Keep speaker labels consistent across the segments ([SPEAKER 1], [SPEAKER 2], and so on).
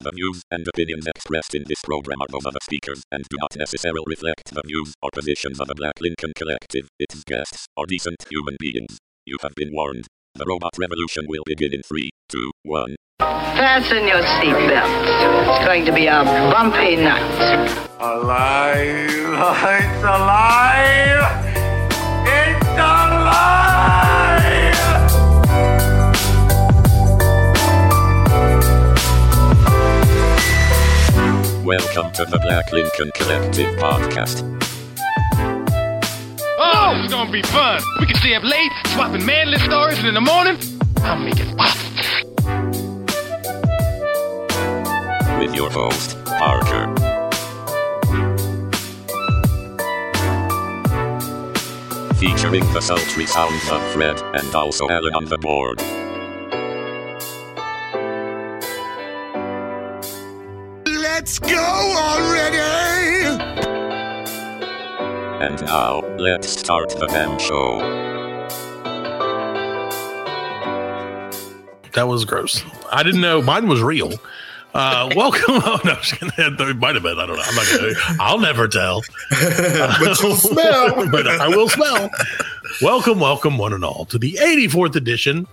[SPEAKER 1] The views and opinions expressed in this program are those of the speakers and do not necessarily reflect the views or positions of the Black Lincoln Collective, its guests, or decent human beings. You have been warned. The robot revolution will begin in 3, 2, 1.
[SPEAKER 2] Fasten your seatbelts. It's going to be a bumpy night.
[SPEAKER 3] Alive! It's alive! It's alive!
[SPEAKER 1] Welcome to the Black Lincoln Collective podcast.
[SPEAKER 4] Oh, this is gonna be fun. We can stay up late, swapping manly stories, and in the morning, I'll make it pop.
[SPEAKER 1] with your host, Parker. Featuring the sultry sounds of Fred and also Alan on the board.
[SPEAKER 5] Let's go already!
[SPEAKER 1] And now, let's start the damn show.
[SPEAKER 6] That was gross. I didn't know mine was real. Uh, welcome. Oh no, I'm just gonna- it might have been. I don't know. I'm not gonna. I'll never tell. but
[SPEAKER 5] you'll smell.
[SPEAKER 6] but I will smell. Welcome, welcome, one and all, to the 84th edition.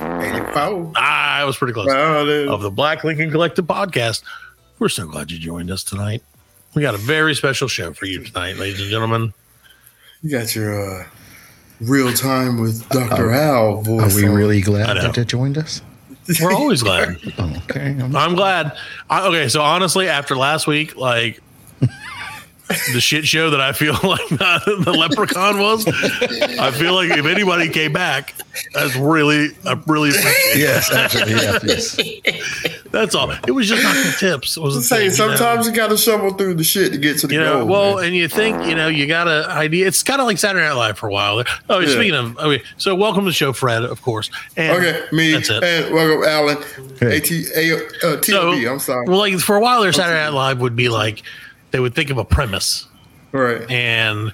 [SPEAKER 5] 84.
[SPEAKER 6] Ah, I was pretty close
[SPEAKER 5] Oh, dude.
[SPEAKER 6] of the Black Lincoln Collective podcast. We're so glad you joined us tonight. We got a very special show for you tonight, ladies and gentlemen.
[SPEAKER 5] You got your uh, real time with Dr. Al
[SPEAKER 7] Are
[SPEAKER 5] voice.
[SPEAKER 7] we
[SPEAKER 5] on.
[SPEAKER 7] really
[SPEAKER 6] I
[SPEAKER 7] glad
[SPEAKER 6] know.
[SPEAKER 7] that they joined us?
[SPEAKER 6] We're always glad.
[SPEAKER 7] Oh, okay. I'm-
[SPEAKER 6] I'm glad. I, okay, so honestly, after last week, like the shit show that I feel like the, leprechaun was, I feel like if anybody came back, that's really, I really, appreciate it.
[SPEAKER 7] yes, actually, yeah, yes.
[SPEAKER 6] that's all. It was just knocking tips. It was the
[SPEAKER 5] Just say
[SPEAKER 6] thing, you know?
[SPEAKER 5] sometimes you got to shovel through the shit to get to the
[SPEAKER 6] You know,
[SPEAKER 5] goal.
[SPEAKER 6] well,
[SPEAKER 5] man.
[SPEAKER 6] and you think you know you got an idea. It's kind of like Saturday Night Live for a while. Oh,
[SPEAKER 5] Yeah.
[SPEAKER 6] speaking of, okay, so welcome to the show, Fred, of course. And
[SPEAKER 5] okay, me
[SPEAKER 6] That's it.
[SPEAKER 5] and welcome Alan.
[SPEAKER 7] Hey.
[SPEAKER 5] At uh, TLB, I'm sorry.
[SPEAKER 6] Well, like for a while there, Saturday Night Live would be like they would think of a premise,
[SPEAKER 5] All right.
[SPEAKER 6] and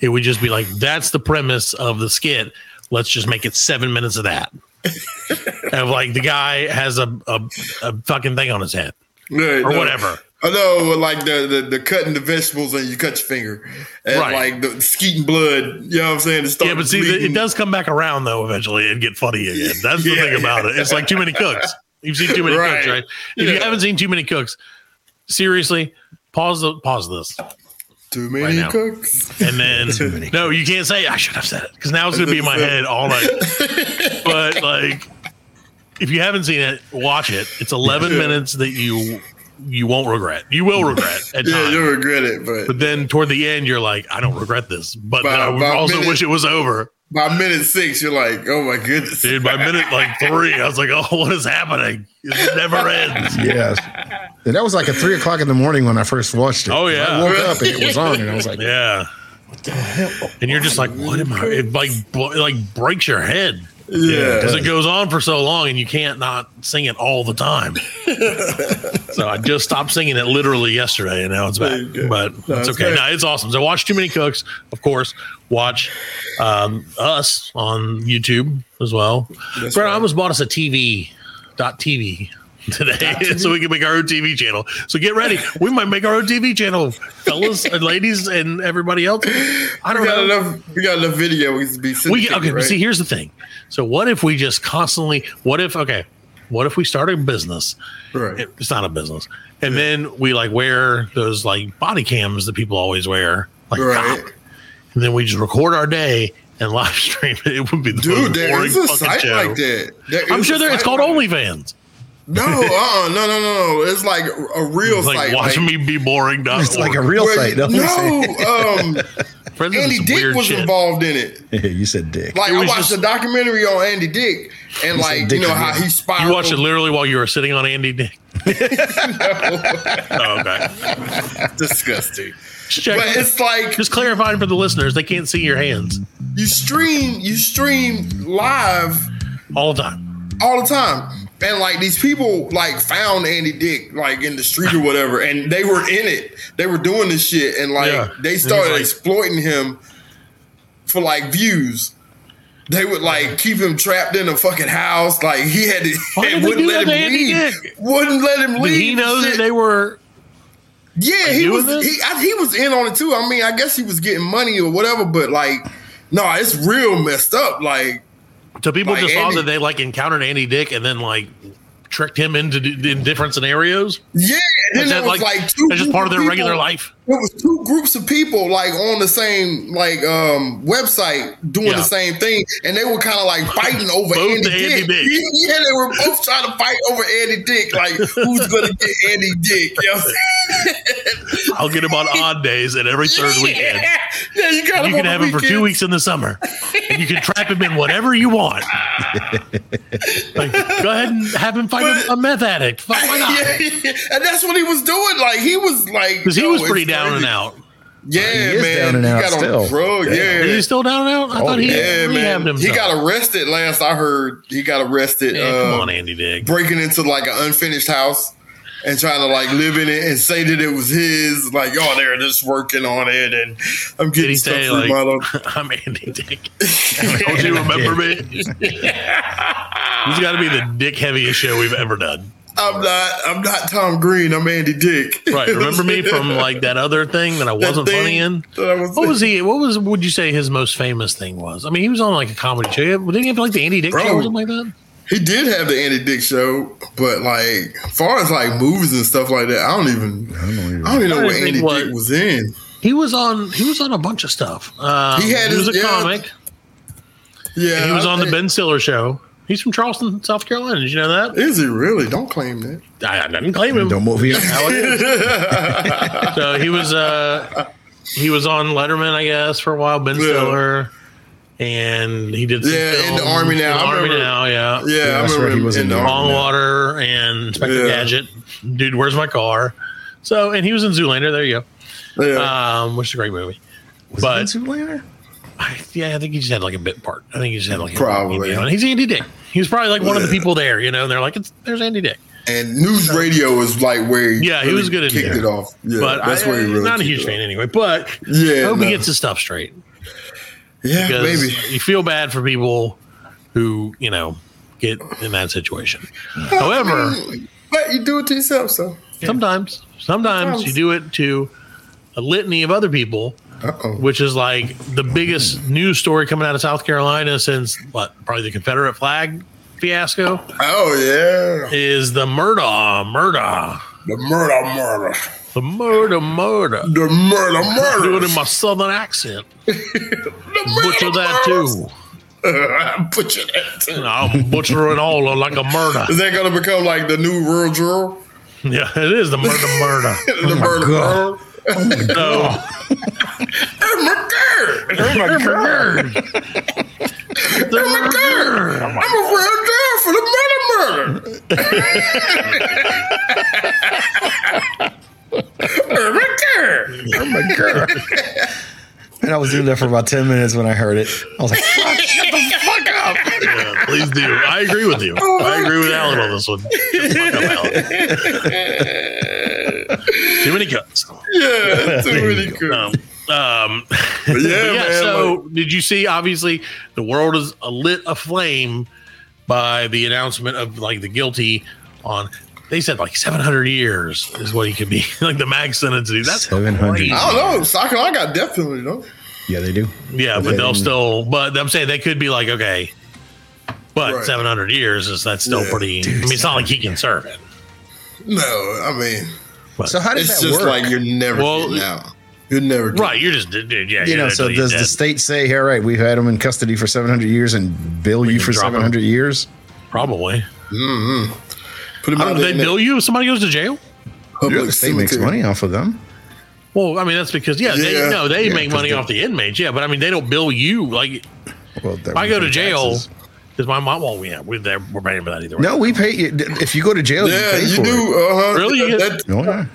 [SPEAKER 6] it would just be like that's the premise of the skit let's just make it seven minutes of that and like the guy has a, a, a fucking thing on his head
[SPEAKER 5] Yeah,
[SPEAKER 6] or
[SPEAKER 5] no.
[SPEAKER 6] whatever
[SPEAKER 5] I know, but like the, the the cutting the vegetables and you cut your finger, and
[SPEAKER 6] Right.
[SPEAKER 5] like the skeeting blood. You know what I'm saying? It starts
[SPEAKER 6] yeah but see the,
[SPEAKER 5] bleeding.
[SPEAKER 6] it does come back around though eventually and get funny again that's the
[SPEAKER 5] Yeah,
[SPEAKER 6] thing about it it's like too many cooks you've seen too many
[SPEAKER 5] Right.
[SPEAKER 6] cooks right if you
[SPEAKER 5] Yeah.
[SPEAKER 6] haven't seen too many cooks seriously pause the pause this
[SPEAKER 5] Too many
[SPEAKER 6] now.
[SPEAKER 5] cooks.
[SPEAKER 6] and then
[SPEAKER 7] Too many
[SPEAKER 6] no you can't say i should have said it because now it's going to be in my head all night but like if you haven't seen it watch it it's 11 minutes that you you won't regret you will regret at
[SPEAKER 5] Yeah,
[SPEAKER 6] times
[SPEAKER 5] you'll regret it, but
[SPEAKER 6] but then toward the end you're like i don't regret this but
[SPEAKER 5] By-
[SPEAKER 6] i would
[SPEAKER 5] by
[SPEAKER 6] also
[SPEAKER 5] minute-
[SPEAKER 6] wish it was over
[SPEAKER 5] by minute six, you're like, oh my goodness.
[SPEAKER 6] dude by minute like three i was like oh what is happening it never ends
[SPEAKER 7] yes. And that was like at three o'clock in the morning when I first watched it.
[SPEAKER 6] Oh, yeah.
[SPEAKER 7] I woke up and it was on, and I was like,
[SPEAKER 6] yeah and you're just like what am i it like blo- it, like breaks your head
[SPEAKER 5] yeah.
[SPEAKER 6] because it goes on for so long and you can't not sing it all the time. so I just stopped singing it literally yesterday and now it's back.
[SPEAKER 5] you go.
[SPEAKER 6] But
[SPEAKER 5] That's
[SPEAKER 6] it's okay.
[SPEAKER 5] good.
[SPEAKER 6] No, it's awesome. So watch Too Many Cooks, of course. Watch um, us on YouTube as well. Brad, I almost bought us a TV, dot TV today so we can make our own TV channel. So get ready. We might make our own TV channel, fellas and ladies and everybody else. I don't
[SPEAKER 5] we got
[SPEAKER 6] know.
[SPEAKER 5] enough. We got enough video. We can be
[SPEAKER 6] We
[SPEAKER 5] syndicated,
[SPEAKER 6] okay,
[SPEAKER 5] right?
[SPEAKER 6] but see, here's the thing. So what if we just constantly? What if okay? What if we start a business?
[SPEAKER 5] Right.
[SPEAKER 6] It- It's not a business, and then we like wear those like body cams that people always wear, like
[SPEAKER 5] Right.
[SPEAKER 6] cop. and then we just record our day and live stream it. It would be the
[SPEAKER 5] Dude,
[SPEAKER 6] most
[SPEAKER 5] there
[SPEAKER 6] boring
[SPEAKER 5] is a
[SPEAKER 6] fucking
[SPEAKER 5] site
[SPEAKER 6] show.
[SPEAKER 5] like that. There
[SPEAKER 6] I'm
[SPEAKER 5] is
[SPEAKER 6] sure
[SPEAKER 5] a
[SPEAKER 6] there. It's
[SPEAKER 5] site
[SPEAKER 6] called
[SPEAKER 5] like-
[SPEAKER 6] OnlyFans.
[SPEAKER 5] No, uh, uh no, no, no, no. It's like a real
[SPEAKER 6] It's like
[SPEAKER 5] site.
[SPEAKER 6] watch me be boring.
[SPEAKER 7] it's like a real
[SPEAKER 5] where
[SPEAKER 7] site.
[SPEAKER 5] you-
[SPEAKER 7] don't you say?
[SPEAKER 5] no, um,
[SPEAKER 6] Friends
[SPEAKER 5] Andy Dick was involved in it.
[SPEAKER 7] you said dick.
[SPEAKER 5] Like
[SPEAKER 6] It
[SPEAKER 5] I
[SPEAKER 6] was
[SPEAKER 5] watched
[SPEAKER 6] just-
[SPEAKER 5] a documentary on Andy Dick, and like you
[SPEAKER 7] Dick
[SPEAKER 5] know
[SPEAKER 7] was
[SPEAKER 5] how
[SPEAKER 7] in it.
[SPEAKER 5] he spiraled.
[SPEAKER 6] You watched it literally while you were sitting on Andy Dick. oh, okay.
[SPEAKER 5] disgusting.
[SPEAKER 6] Just check.
[SPEAKER 5] But it's like
[SPEAKER 6] Just clarifying for the listeners, they can't see your hands
[SPEAKER 5] you stream, you stream live
[SPEAKER 6] all the time.
[SPEAKER 5] all the time. And like these people like found Andy Dick like in the street or whatever, and they were in it. They were doing this shit, and like
[SPEAKER 6] Yeah.
[SPEAKER 5] they started
[SPEAKER 6] And he's like-
[SPEAKER 5] exploiting him for like views. They would like keep him trapped in a fucking house. Like he had to,
[SPEAKER 6] Why did
[SPEAKER 5] and
[SPEAKER 6] they
[SPEAKER 5] wouldn't
[SPEAKER 6] do
[SPEAKER 5] let
[SPEAKER 6] that
[SPEAKER 5] him
[SPEAKER 6] to Andy
[SPEAKER 5] leave.
[SPEAKER 6] Dick?
[SPEAKER 5] Wouldn't let him leave.
[SPEAKER 6] Did he know
[SPEAKER 5] Shit.
[SPEAKER 6] that they were?
[SPEAKER 5] Yeah, he
[SPEAKER 6] doing
[SPEAKER 5] was.
[SPEAKER 6] this?
[SPEAKER 5] He I, he was in on it too. I mean, I guess he was getting money or whatever. But like, no, it's real messed up. Like,
[SPEAKER 6] So people
[SPEAKER 5] Like
[SPEAKER 6] just
[SPEAKER 5] Andy-
[SPEAKER 6] saw that they like encountered Andy Dick and then like tricked him into d- in different scenarios.
[SPEAKER 5] yeah. And then
[SPEAKER 6] Is
[SPEAKER 5] there
[SPEAKER 6] that
[SPEAKER 5] was
[SPEAKER 6] like,
[SPEAKER 5] like,
[SPEAKER 6] that's
[SPEAKER 5] two.
[SPEAKER 6] just part of
[SPEAKER 5] groups
[SPEAKER 6] their regular
[SPEAKER 5] people-
[SPEAKER 6] life?
[SPEAKER 5] There was two groups of people like on the same like um website doing
[SPEAKER 6] Yeah.
[SPEAKER 5] the same thing, and they were kind of like fighting over
[SPEAKER 6] Both
[SPEAKER 5] Andy,
[SPEAKER 6] to Andy
[SPEAKER 5] Dick.
[SPEAKER 6] Dick.
[SPEAKER 5] Yeah, they were both trying to fight over Andy Dick. Like, who's gonna get Andy Dick? You know?
[SPEAKER 6] I'll get him on odd days and every third weekend.
[SPEAKER 5] Yeah, yeah, you got
[SPEAKER 6] You
[SPEAKER 5] him on
[SPEAKER 6] can
[SPEAKER 5] the
[SPEAKER 6] have him for two
[SPEAKER 5] weekends.
[SPEAKER 6] weeks in the summer, and you can trap him in whatever you want. Like, go ahead and have him fight a- a meth addict. Fuck, Why not?
[SPEAKER 5] Yeah, yeah. and that's what he was doing. Like he was like
[SPEAKER 6] Because he
[SPEAKER 5] yo,
[SPEAKER 6] was
[SPEAKER 5] it's
[SPEAKER 6] pretty down
[SPEAKER 5] crazy.
[SPEAKER 6] and out.
[SPEAKER 5] Yeah,
[SPEAKER 7] He is
[SPEAKER 5] man.
[SPEAKER 7] down and
[SPEAKER 5] he
[SPEAKER 7] out
[SPEAKER 5] got
[SPEAKER 7] still.
[SPEAKER 5] on drug.
[SPEAKER 7] Damn.
[SPEAKER 5] Yeah,
[SPEAKER 6] Is he still down and out? I
[SPEAKER 7] Oh,
[SPEAKER 6] thought he
[SPEAKER 5] yeah,
[SPEAKER 6] had rehabbed
[SPEAKER 5] man.
[SPEAKER 6] himself.
[SPEAKER 5] He got arrested last I heard. He got arrested.
[SPEAKER 6] Yeah, come
[SPEAKER 5] uh,
[SPEAKER 6] on, Andy Dick.
[SPEAKER 5] breaking into like an unfinished house and trying to like live in it and say that it was his. Like, oh, they're just working on it, and I'm
[SPEAKER 6] Did
[SPEAKER 5] getting
[SPEAKER 6] he
[SPEAKER 5] stuff
[SPEAKER 6] say
[SPEAKER 5] through
[SPEAKER 6] like,
[SPEAKER 5] my little-
[SPEAKER 6] "I'm Andy Dick"? Don't you remember me? This has got to be the dick heaviest show we've ever done.
[SPEAKER 5] I'm not. I'm not Tom Green. I'm Andy Dick.
[SPEAKER 6] Right? Remember me from like that other thing that I
[SPEAKER 5] That
[SPEAKER 6] wasn't
[SPEAKER 5] thing
[SPEAKER 6] funny in.
[SPEAKER 5] that I was
[SPEAKER 6] What was he? What was? Would you say his most famous thing was? I mean, he was on like a comedy show. Didn't he have like the Andy Dick
[SPEAKER 5] Bro.
[SPEAKER 6] show or something like that?
[SPEAKER 5] He did have the Andy Dick show, but like as far as like movies and stuff like that, I don't even I don't even, know
[SPEAKER 6] I
[SPEAKER 5] what
[SPEAKER 6] think
[SPEAKER 5] Andy
[SPEAKER 6] what-
[SPEAKER 5] Dick was in.
[SPEAKER 6] He was on. He was on a bunch of stuff. Um,
[SPEAKER 5] He
[SPEAKER 6] he
[SPEAKER 5] had his-
[SPEAKER 6] was a
[SPEAKER 5] yeah.
[SPEAKER 6] comic.
[SPEAKER 5] Yeah,
[SPEAKER 6] He was
[SPEAKER 5] I
[SPEAKER 6] on the
[SPEAKER 5] think-
[SPEAKER 6] Ben Stiller show. He's from Charleston, South Carolina. Did you know that?
[SPEAKER 5] Is he really? Don't claim that.
[SPEAKER 6] I, I didn't claim him.
[SPEAKER 7] Don't move here.
[SPEAKER 6] So he was uh he was on Letterman, I guess, for a while. Ben Stiller, and he did some
[SPEAKER 5] Yeah, In the
[SPEAKER 6] films.
[SPEAKER 5] Army Now.
[SPEAKER 6] In the
[SPEAKER 5] I
[SPEAKER 6] Army
[SPEAKER 5] remember-
[SPEAKER 6] now, yeah,
[SPEAKER 5] Yeah, I
[SPEAKER 7] that's
[SPEAKER 5] remember
[SPEAKER 7] right, he
[SPEAKER 5] him
[SPEAKER 7] was
[SPEAKER 5] in
[SPEAKER 7] in
[SPEAKER 5] the
[SPEAKER 6] Oh,
[SPEAKER 7] the
[SPEAKER 5] army.
[SPEAKER 7] Army.
[SPEAKER 6] Longwater and Inspector
[SPEAKER 5] Yeah.
[SPEAKER 6] Gadget. Dude, where's my car? So and he was in Zoolander. There you
[SPEAKER 5] Yeah.
[SPEAKER 6] go, um, which is a great movie. but
[SPEAKER 7] Vince Zoolander?
[SPEAKER 6] I, yeah, I think he just had like a bit part. I think he just had like a-
[SPEAKER 5] Probably.
[SPEAKER 6] you know, and he's Andy Dick. He was probably like one of the people there, you know. And they're like, it's, "There's Andy Dick,"
[SPEAKER 5] and news radio is like where he
[SPEAKER 6] Yeah, he was good in
[SPEAKER 5] kicked
[SPEAKER 6] there.
[SPEAKER 5] it off. Yeah,
[SPEAKER 6] but
[SPEAKER 5] that's
[SPEAKER 6] I,
[SPEAKER 5] where he
[SPEAKER 6] he's
[SPEAKER 5] really
[SPEAKER 6] not a
[SPEAKER 5] kicked
[SPEAKER 6] huge
[SPEAKER 5] it
[SPEAKER 6] fan
[SPEAKER 5] off.
[SPEAKER 6] anyway. But
[SPEAKER 5] Yeah,
[SPEAKER 6] I hope
[SPEAKER 5] no.
[SPEAKER 6] he gets his stuff straight.
[SPEAKER 5] Yeah,
[SPEAKER 6] because
[SPEAKER 5] maybe.
[SPEAKER 6] you feel bad for people who you know get in that situation. However,
[SPEAKER 5] But you do it to yourself, so.
[SPEAKER 6] sometimes, sometimes you do it to a litany of other people,
[SPEAKER 5] Uh-oh.
[SPEAKER 6] which is like the biggest news story coming out of South Carolina since what probably the Confederate flag fiasco
[SPEAKER 5] Oh yeah,
[SPEAKER 6] is the murder, murder,
[SPEAKER 5] the murder, murder,
[SPEAKER 6] the murder, murder.
[SPEAKER 5] the murder,
[SPEAKER 6] Do it
[SPEAKER 5] murder.
[SPEAKER 6] in my southern accent. Butcher that too.
[SPEAKER 5] Put your that too.
[SPEAKER 6] I'm butchering all of like a murder.
[SPEAKER 5] Is that gonna become like the new rural drill?
[SPEAKER 6] Yeah, it is the murder, murder.
[SPEAKER 7] Oh
[SPEAKER 5] The murder, murder.
[SPEAKER 6] So
[SPEAKER 5] I'm a girl. I'm a girl.
[SPEAKER 6] Oh
[SPEAKER 5] I'm a real girl for the murder, murder. I'm a girl.
[SPEAKER 7] And I was doing that for about 10 minutes when I heard it. I was like, fuck.
[SPEAKER 6] Yeah, please do. I agree with you.
[SPEAKER 5] Oh
[SPEAKER 6] I agree with Alan on this one. Fuck up, Alan. Too many cuts.
[SPEAKER 5] Yeah, too many girls.
[SPEAKER 6] Um,
[SPEAKER 5] But yeah,
[SPEAKER 6] but yeah.
[SPEAKER 5] man.
[SPEAKER 6] so,
[SPEAKER 5] like-
[SPEAKER 6] did you see? Obviously, the world is lit aflame by the announcement of like the guilty on. They said like 700 years is what he could be, like the max sentence. Dude, That's
[SPEAKER 7] 700.
[SPEAKER 6] crazy.
[SPEAKER 5] I don't know. Soccer, I got death penalty though.
[SPEAKER 7] Yeah, they do.
[SPEAKER 6] Yeah, but
[SPEAKER 7] They
[SPEAKER 6] they'll
[SPEAKER 7] didn't-
[SPEAKER 6] still. But I'm saying they could be like okay, but
[SPEAKER 5] Right.
[SPEAKER 6] 700 years is that's still
[SPEAKER 5] Yeah.
[SPEAKER 6] pretty. I mean, it's not like he can serve it.
[SPEAKER 5] No, I mean
[SPEAKER 7] So how does
[SPEAKER 5] it's
[SPEAKER 7] that
[SPEAKER 5] just
[SPEAKER 7] work?
[SPEAKER 5] like you're never
[SPEAKER 6] Well,
[SPEAKER 5] getting out. You're never getting
[SPEAKER 6] Right, you're just dude, yeah.
[SPEAKER 7] you know, so does the state say, all right, we've had him in custody for 700 years and bill you
[SPEAKER 6] can
[SPEAKER 7] for
[SPEAKER 6] drop him.
[SPEAKER 7] 700 years?
[SPEAKER 6] probably?
[SPEAKER 5] Put him
[SPEAKER 6] I
[SPEAKER 5] out
[SPEAKER 6] don't,
[SPEAKER 5] there
[SPEAKER 6] they
[SPEAKER 5] in that
[SPEAKER 6] bill you if somebody goes to jail.
[SPEAKER 5] public
[SPEAKER 7] Yeah, the state makes
[SPEAKER 5] cemetery.
[SPEAKER 7] money off of them.
[SPEAKER 6] Well, I mean that's because yeah,
[SPEAKER 5] Yeah.
[SPEAKER 6] they no, they
[SPEAKER 7] Yeah,
[SPEAKER 6] make
[SPEAKER 7] 'cause
[SPEAKER 6] money
[SPEAKER 7] they-
[SPEAKER 6] off the inmates. Yeah, but I mean they don't bill you. Like if
[SPEAKER 7] Well, that
[SPEAKER 6] I
[SPEAKER 7] would
[SPEAKER 6] go
[SPEAKER 7] be
[SPEAKER 6] to jail
[SPEAKER 7] taxes.
[SPEAKER 6] because my mom. Well, yeah, we're there. We're paying for that either way.
[SPEAKER 7] No, we pay you. If you go to jail,
[SPEAKER 5] Yeah,
[SPEAKER 7] you Mm, pay
[SPEAKER 5] you
[SPEAKER 7] for it.
[SPEAKER 5] do. Uh huh.
[SPEAKER 6] Really? You get-
[SPEAKER 5] That,
[SPEAKER 7] No, yeah.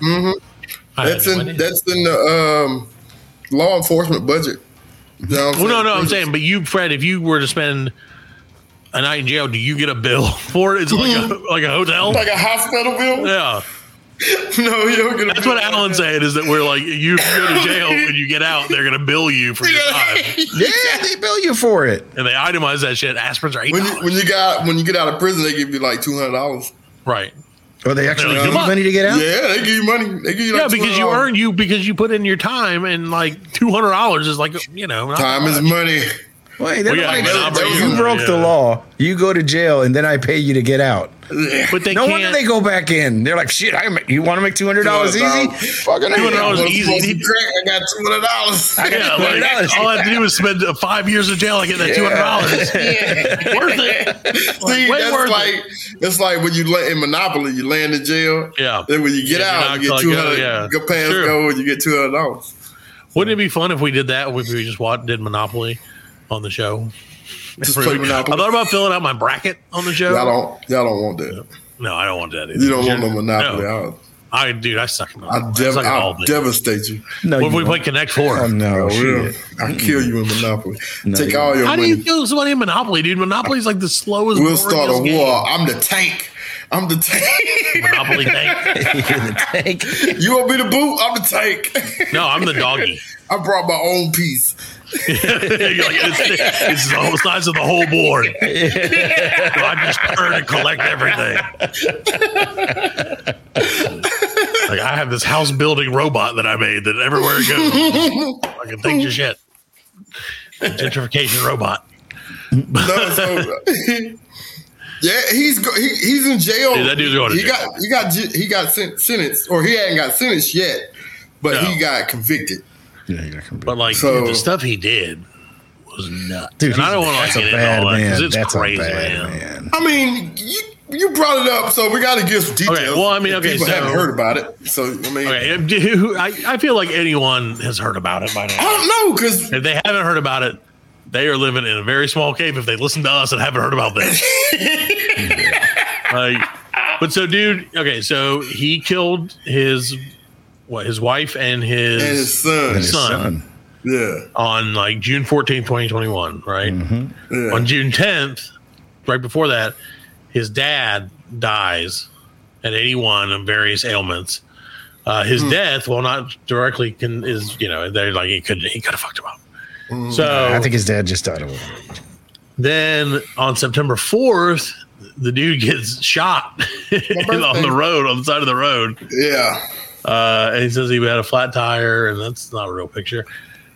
[SPEAKER 6] I had
[SPEAKER 5] that's
[SPEAKER 6] no
[SPEAKER 5] in
[SPEAKER 6] idea.
[SPEAKER 5] that's in the um, law enforcement budget. You know what I'm
[SPEAKER 6] well, no,
[SPEAKER 5] saying?
[SPEAKER 6] no. I'm saying, but you, Fred, if you were to spend a night in jail, do you get a bill for it? It's like a like a hotel.
[SPEAKER 5] like a hospital bill.
[SPEAKER 6] Yeah.
[SPEAKER 5] no, you're gonna.
[SPEAKER 6] That's what Alan's saying is that we're like, you go to jail when you get out, they're going to bill you for your time.
[SPEAKER 7] Yeah, they bill you for it.
[SPEAKER 6] And they itemize that shit. Aspirins are eight
[SPEAKER 5] When you, when you got when you get out of prison, they give you like two hundred dollars.
[SPEAKER 6] right?
[SPEAKER 7] Or Oh, they actually
[SPEAKER 6] They're
[SPEAKER 7] give
[SPEAKER 6] like,
[SPEAKER 7] you
[SPEAKER 6] "Come on."
[SPEAKER 7] money to get
[SPEAKER 5] Yeah,
[SPEAKER 7] out?
[SPEAKER 5] they give you money. They give you um,
[SPEAKER 6] Yeah,
[SPEAKER 5] like
[SPEAKER 6] because you
[SPEAKER 5] $200.
[SPEAKER 6] earn you because you put in your time, and like two hundred dollars is like you know not
[SPEAKER 5] Time is money.
[SPEAKER 7] Wait,
[SPEAKER 6] We
[SPEAKER 7] they're
[SPEAKER 6] got
[SPEAKER 7] like,
[SPEAKER 6] monopoly
[SPEAKER 7] you
[SPEAKER 6] on it,
[SPEAKER 7] broke the
[SPEAKER 6] yeah.
[SPEAKER 7] law. You go to jail, and then I pay you to get out.
[SPEAKER 6] But they
[SPEAKER 7] No wonder
[SPEAKER 6] can't.
[SPEAKER 7] they go back in. They're like, shit, I ma- you want to make $200 easy?
[SPEAKER 5] $200.
[SPEAKER 7] Fucking hell.
[SPEAKER 6] $200
[SPEAKER 5] I was
[SPEAKER 6] easy.
[SPEAKER 5] supposed to drink, I got two hundred dollars.
[SPEAKER 6] yeah, like,
[SPEAKER 7] $200.
[SPEAKER 6] all I have to do is spend uh, five years in jail. I get that two hundred dollars. Worth it.
[SPEAKER 5] See,
[SPEAKER 6] Way
[SPEAKER 5] that's
[SPEAKER 6] worth it.
[SPEAKER 5] like it's like when you let in Monopoly, you land in jail.
[SPEAKER 6] Yeah.
[SPEAKER 5] Then when you get
[SPEAKER 6] Yeah,
[SPEAKER 5] out, you
[SPEAKER 6] you
[SPEAKER 5] get
[SPEAKER 6] knock
[SPEAKER 5] two
[SPEAKER 6] like, oh,
[SPEAKER 5] hundred.
[SPEAKER 6] yeah.
[SPEAKER 5] Your pants
[SPEAKER 6] Sure.
[SPEAKER 5] go, and you get two hundred dollars.
[SPEAKER 6] Wouldn't it be fun if we did that? If we just wa- did Monopoly on the show.
[SPEAKER 5] Just play Monopoly.
[SPEAKER 6] I thought about filling out my bracket on the show.
[SPEAKER 5] Y'all don't, y'all don't want that.
[SPEAKER 6] no, I don't want that. Either.
[SPEAKER 5] You don't want no Monopoly.
[SPEAKER 6] No.
[SPEAKER 5] I'll,
[SPEAKER 6] I dude, I suck. in Monopoly.
[SPEAKER 5] I'll,
[SPEAKER 6] I
[SPEAKER 5] dev-
[SPEAKER 6] suck at all
[SPEAKER 5] I'll
[SPEAKER 6] things.
[SPEAKER 5] devastate you.
[SPEAKER 7] No,
[SPEAKER 6] What if
[SPEAKER 7] you
[SPEAKER 6] we play
[SPEAKER 7] won't.
[SPEAKER 6] Connect Four?
[SPEAKER 7] Oh, no,
[SPEAKER 5] I will.
[SPEAKER 7] shit.
[SPEAKER 5] I'll kill you in Monopoly. Take
[SPEAKER 7] you
[SPEAKER 5] all your
[SPEAKER 6] How do
[SPEAKER 5] money.
[SPEAKER 6] you kill somebody in Monopoly, dude? Monopoly's like the slowest.
[SPEAKER 5] we'll start a
[SPEAKER 6] boringest
[SPEAKER 5] war.
[SPEAKER 6] game.
[SPEAKER 5] I'm the tank. I'm the tank.
[SPEAKER 6] Monopoly tank.
[SPEAKER 7] Thank-
[SPEAKER 5] you want me to boot? I'm the tank.
[SPEAKER 6] No, I'm the doggy.
[SPEAKER 5] I brought my own piece.
[SPEAKER 6] You're like, it's, it's the whole size of the whole board. So I just turn and collect everything. like I have this house building robot that I made that everywhere it goes, I can take your shit. Gentrification robot.
[SPEAKER 5] No, so, yeah, he's go- he, he's in jail.
[SPEAKER 6] Dude, that dude's going to
[SPEAKER 5] he
[SPEAKER 6] jail.
[SPEAKER 5] got he got ju- he got sen- sentenced, or he hadn't got sentenced yet, but
[SPEAKER 6] No.
[SPEAKER 5] he got convicted.
[SPEAKER 7] Yeah, you're not gonna be-
[SPEAKER 6] But like
[SPEAKER 5] So-
[SPEAKER 6] dude, the stuff he did was nuts.
[SPEAKER 7] Dude,
[SPEAKER 6] and I
[SPEAKER 7] he's-
[SPEAKER 6] don't want to like,
[SPEAKER 7] that's a
[SPEAKER 6] get
[SPEAKER 7] bad
[SPEAKER 6] into all that because
[SPEAKER 7] man.
[SPEAKER 6] it's
[SPEAKER 7] That's
[SPEAKER 6] crazy,
[SPEAKER 7] a bad
[SPEAKER 6] man.
[SPEAKER 5] I mean, you you brought it up, so we got to give some details.
[SPEAKER 6] Okay, well, I mean,
[SPEAKER 5] if
[SPEAKER 6] okay,
[SPEAKER 5] people
[SPEAKER 6] so-
[SPEAKER 5] haven't heard about it, so I mean,
[SPEAKER 6] Okay, um, do- who- I, I feel like anyone has heard about it by
[SPEAKER 5] I
[SPEAKER 6] now.
[SPEAKER 5] don't know because
[SPEAKER 6] If they haven't heard about it, they are living in a very small cave. If they listen to us and haven't heard about this, like, but so, dude, okay, so he killed his what his wife and his,
[SPEAKER 5] and his son,
[SPEAKER 7] And his
[SPEAKER 6] Son.
[SPEAKER 7] son.
[SPEAKER 5] yeah,
[SPEAKER 6] on like June fourteenth, twenty twenty one, right?
[SPEAKER 7] Mm-hmm.
[SPEAKER 5] yeah.
[SPEAKER 6] On June tenth, right before that, his dad dies at eighty one of various ailments. Uh, his death, well, not directly, can is you know they're like he could he could have fucked him up. So
[SPEAKER 7] I think his dad just died of
[SPEAKER 6] Then on September 4th, the dude gets shot on the road, on the side of the road.
[SPEAKER 5] yeah.
[SPEAKER 6] Uh, and he says he had a flat tire, and that's not a real picture.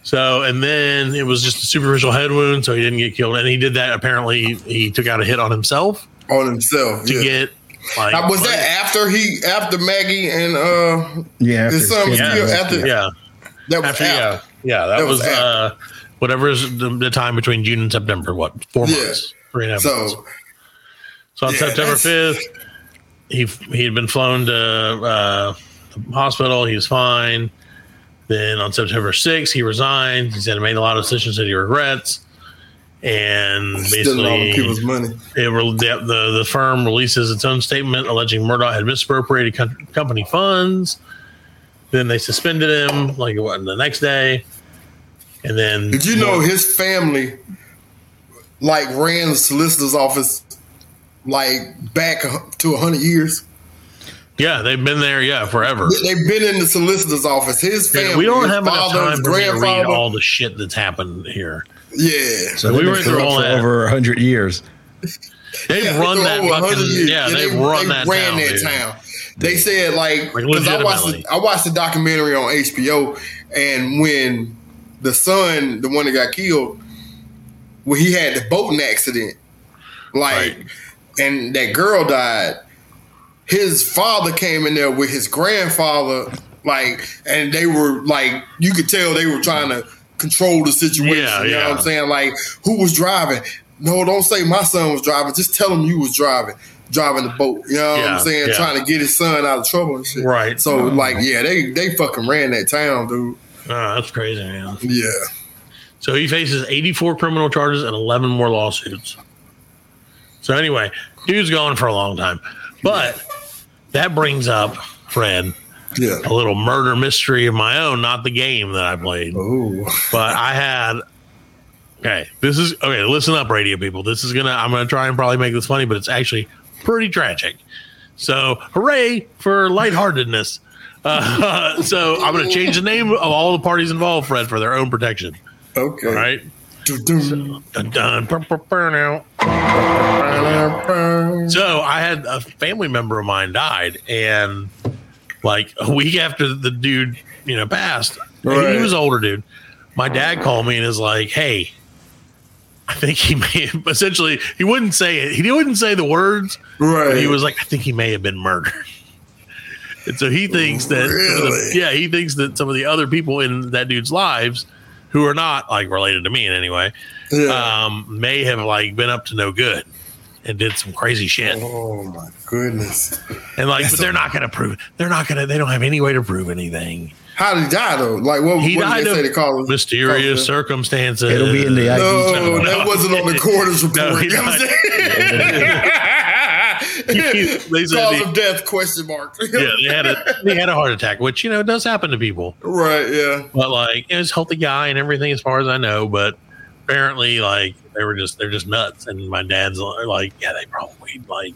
[SPEAKER 6] So, and then it was just a superficial head wound, so he didn't get killed. And he did that apparently, he took out a hit on himself
[SPEAKER 5] on himself.
[SPEAKER 6] to
[SPEAKER 5] yeah.
[SPEAKER 6] get like.
[SPEAKER 5] Now, was that after he after Maggie and uh
[SPEAKER 7] Yeah, after
[SPEAKER 5] his son was
[SPEAKER 7] his kid
[SPEAKER 5] killed?
[SPEAKER 7] was
[SPEAKER 5] After,
[SPEAKER 6] Yeah.
[SPEAKER 5] that was
[SPEAKER 6] After,
[SPEAKER 5] after.
[SPEAKER 6] yeah. Yeah. That,
[SPEAKER 5] That
[SPEAKER 6] was,
[SPEAKER 5] was after.
[SPEAKER 6] uh, whatever is the, the time between June and September, what, four
[SPEAKER 5] Yeah.
[SPEAKER 6] months? Three and a half months.
[SPEAKER 5] So
[SPEAKER 6] So on
[SPEAKER 5] Yeah,
[SPEAKER 6] September
[SPEAKER 5] that's-
[SPEAKER 6] fifth, he he had been flown to uh, the hospital. He was fine. Then on September sixth, he resigned. He said he made a lot of decisions that he regrets, and
[SPEAKER 5] stealing all the people's
[SPEAKER 6] basically,
[SPEAKER 5] money.
[SPEAKER 6] it re- the, the the firm releases its own statement alleging Murdoch had misappropriated com- company funds. Then they suspended him like what the next day, and then
[SPEAKER 5] Did you know his family like ran the solicitor's office like back a- to hundred years?
[SPEAKER 6] Yeah, they've been there. Yeah, forever.
[SPEAKER 5] They've been in the solicitor's office. His
[SPEAKER 6] Dude,
[SPEAKER 5] family,
[SPEAKER 6] we don't
[SPEAKER 5] his
[SPEAKER 6] have enough
[SPEAKER 5] father, his
[SPEAKER 6] time for me to read
[SPEAKER 5] grandfather.
[SPEAKER 6] all the shit that's happened here.
[SPEAKER 5] yeah.
[SPEAKER 7] So
[SPEAKER 6] We
[SPEAKER 7] they've
[SPEAKER 6] were
[SPEAKER 7] been
[SPEAKER 6] through
[SPEAKER 7] corrupt
[SPEAKER 6] all
[SPEAKER 7] for
[SPEAKER 6] that.
[SPEAKER 7] over 100 years.
[SPEAKER 6] They've
[SPEAKER 5] Yeah,
[SPEAKER 6] run
[SPEAKER 5] for
[SPEAKER 6] that
[SPEAKER 5] over 100
[SPEAKER 6] fucking
[SPEAKER 5] years.
[SPEAKER 6] yeah. They've run that
[SPEAKER 5] ran
[SPEAKER 6] town.
[SPEAKER 5] that
[SPEAKER 6] dude.
[SPEAKER 5] town. They said like
[SPEAKER 6] Like,
[SPEAKER 5] because I watched
[SPEAKER 6] legitimately.
[SPEAKER 5] the, I watched the documentary on HBO, and when the son, the one that got killed, when he had the boating accident, like,
[SPEAKER 6] Right.
[SPEAKER 5] and that girl died. His father came in there with his grandfather, like, and they were like, you could tell they were trying to control the situation.
[SPEAKER 6] Yeah,
[SPEAKER 5] you know
[SPEAKER 6] yeah.
[SPEAKER 5] what I'm saying? Like, who was driving? No, don't say my son was driving. Just tell him you was driving, driving the boat. You know what
[SPEAKER 6] Yeah,
[SPEAKER 5] I'm saying?
[SPEAKER 6] yeah.
[SPEAKER 5] Trying to get his son out of trouble and shit.
[SPEAKER 6] Right.
[SPEAKER 5] So, like, yeah, they they fucking ran that town, dude.
[SPEAKER 6] Oh, that's crazy, man.
[SPEAKER 5] Yeah.
[SPEAKER 6] So he faces 84 criminal charges and 11 more lawsuits. So anyway, dude's gone for a long time, but that brings up Fred
[SPEAKER 5] Yeah.
[SPEAKER 6] a little murder mystery of my own, not the game that I played.
[SPEAKER 5] Ooh.
[SPEAKER 6] but I had. Okay, this is okay. Listen up, radio people. This is gonna. I'm gonna try and probably make this funny, but it's actually pretty tragic. So hooray for lightheartedness. Uh, so I'm going to change the name of all the parties involved, Fred, for their own protection.
[SPEAKER 5] Okay.
[SPEAKER 6] All right. Dun, dun, brr, brr, brr, now. So I had a family member of mine died, and like a week after the dude, you know, passed,
[SPEAKER 5] Right.
[SPEAKER 6] he was an older dude. My dad called me and is like, "Hey, I think he may have, essentially he wouldn't say it. He wouldn't say the words.
[SPEAKER 5] Right.
[SPEAKER 6] But he was like, I think he may have been murdered." And so he thinks that, some of the-
[SPEAKER 5] Really?
[SPEAKER 6] yeah, he thinks that some of the other people in that dude's lives, who are not like related to me in any way,
[SPEAKER 5] Yeah.
[SPEAKER 6] um, may have like been up to no good and did some crazy shit.
[SPEAKER 5] oh my goodness.
[SPEAKER 6] And like, but they're not going to prove. They're not going to. They don't have any way to prove anything.
[SPEAKER 5] How did he die though? Like what,
[SPEAKER 6] He
[SPEAKER 5] what
[SPEAKER 6] died
[SPEAKER 5] did they say
[SPEAKER 6] of
[SPEAKER 5] to call him?
[SPEAKER 6] mysterious
[SPEAKER 5] call him?
[SPEAKER 6] circumstances.
[SPEAKER 7] It'll be in the ID.
[SPEAKER 5] No,
[SPEAKER 6] No,
[SPEAKER 5] that
[SPEAKER 6] no.
[SPEAKER 5] wasn't on the coroner's report.
[SPEAKER 6] he
[SPEAKER 5] You know what I'm saying?
[SPEAKER 6] They said
[SPEAKER 5] Cause
[SPEAKER 6] he-
[SPEAKER 5] of death question mark.
[SPEAKER 6] yeah, they had a they had a heart attack, which you know does happen to people.
[SPEAKER 5] Right, yeah.
[SPEAKER 6] But like, it was a healthy guy and everything, as far as I know. But apparently, like, they were just they're just nuts. And my dad's like, yeah, they probably like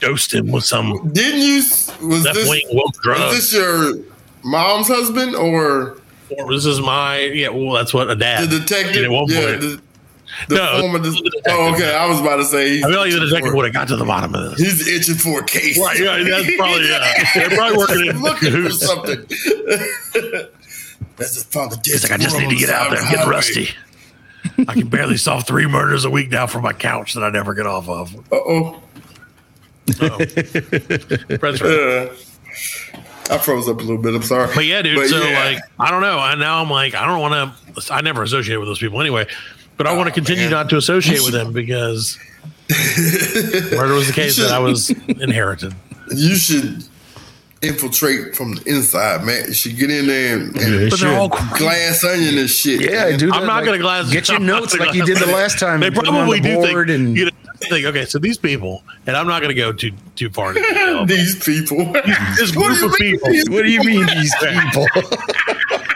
[SPEAKER 6] dosed him with some
[SPEAKER 5] Didn't you s- was
[SPEAKER 6] left
[SPEAKER 5] this
[SPEAKER 6] wing woke drug.
[SPEAKER 5] was this your mom's husband or
[SPEAKER 6] Or this is my yeah. Well, that's what a
[SPEAKER 5] the
[SPEAKER 6] dad.
[SPEAKER 5] detective?
[SPEAKER 6] did at one
[SPEAKER 5] yeah,
[SPEAKER 6] point.
[SPEAKER 5] the, the
[SPEAKER 6] No,
[SPEAKER 5] former
[SPEAKER 6] the
[SPEAKER 5] de-
[SPEAKER 6] detective.
[SPEAKER 5] Oh, okay. I was about to say he's
[SPEAKER 6] I feel like the
[SPEAKER 5] itching
[SPEAKER 6] detective
[SPEAKER 5] for-
[SPEAKER 6] would have got to the bottom of this.
[SPEAKER 5] He's itching for a case.
[SPEAKER 6] Right, yeah, that's probably yeah. They're probably working in
[SPEAKER 5] looking for
[SPEAKER 6] cahoots.
[SPEAKER 5] something. That's just found the
[SPEAKER 6] It's like I just need to get out there and get rusty. I can barely solve three murders a week now from my couch that I never get off of.
[SPEAKER 5] Uh oh.
[SPEAKER 6] That's right.
[SPEAKER 5] Uh, I froze up a little bit. I'm sorry.
[SPEAKER 6] But yeah, dude. so
[SPEAKER 5] yeah.
[SPEAKER 6] like, I don't know. I now I'm like, I don't want to. I never associate with those people anyway. But I want to continue
[SPEAKER 5] man.
[SPEAKER 6] not to associate with them because murder was the case that I was inherited.
[SPEAKER 5] you should infiltrate from the inside, man. You should get in there and, and
[SPEAKER 7] They
[SPEAKER 6] But they're
[SPEAKER 7] should.
[SPEAKER 6] all crazy.
[SPEAKER 5] glass onion and shit.
[SPEAKER 7] Yeah,
[SPEAKER 5] man.
[SPEAKER 7] do
[SPEAKER 6] I'm
[SPEAKER 7] that,
[SPEAKER 6] not
[SPEAKER 7] like,
[SPEAKER 6] gonna glass.
[SPEAKER 7] Get your
[SPEAKER 6] I'm not
[SPEAKER 7] notes
[SPEAKER 6] gonna
[SPEAKER 7] like you
[SPEAKER 6] glass-
[SPEAKER 7] did the last time.
[SPEAKER 6] They
[SPEAKER 7] and put 'em
[SPEAKER 6] probably
[SPEAKER 7] on the
[SPEAKER 6] do think,
[SPEAKER 7] board and
[SPEAKER 6] you know, think. Okay, so these people, and I'm not going to go too too far. Into detail, but
[SPEAKER 5] These people.
[SPEAKER 6] this
[SPEAKER 5] What
[SPEAKER 6] group of
[SPEAKER 5] do you
[SPEAKER 6] people.
[SPEAKER 5] mean?
[SPEAKER 7] What do you mean these people?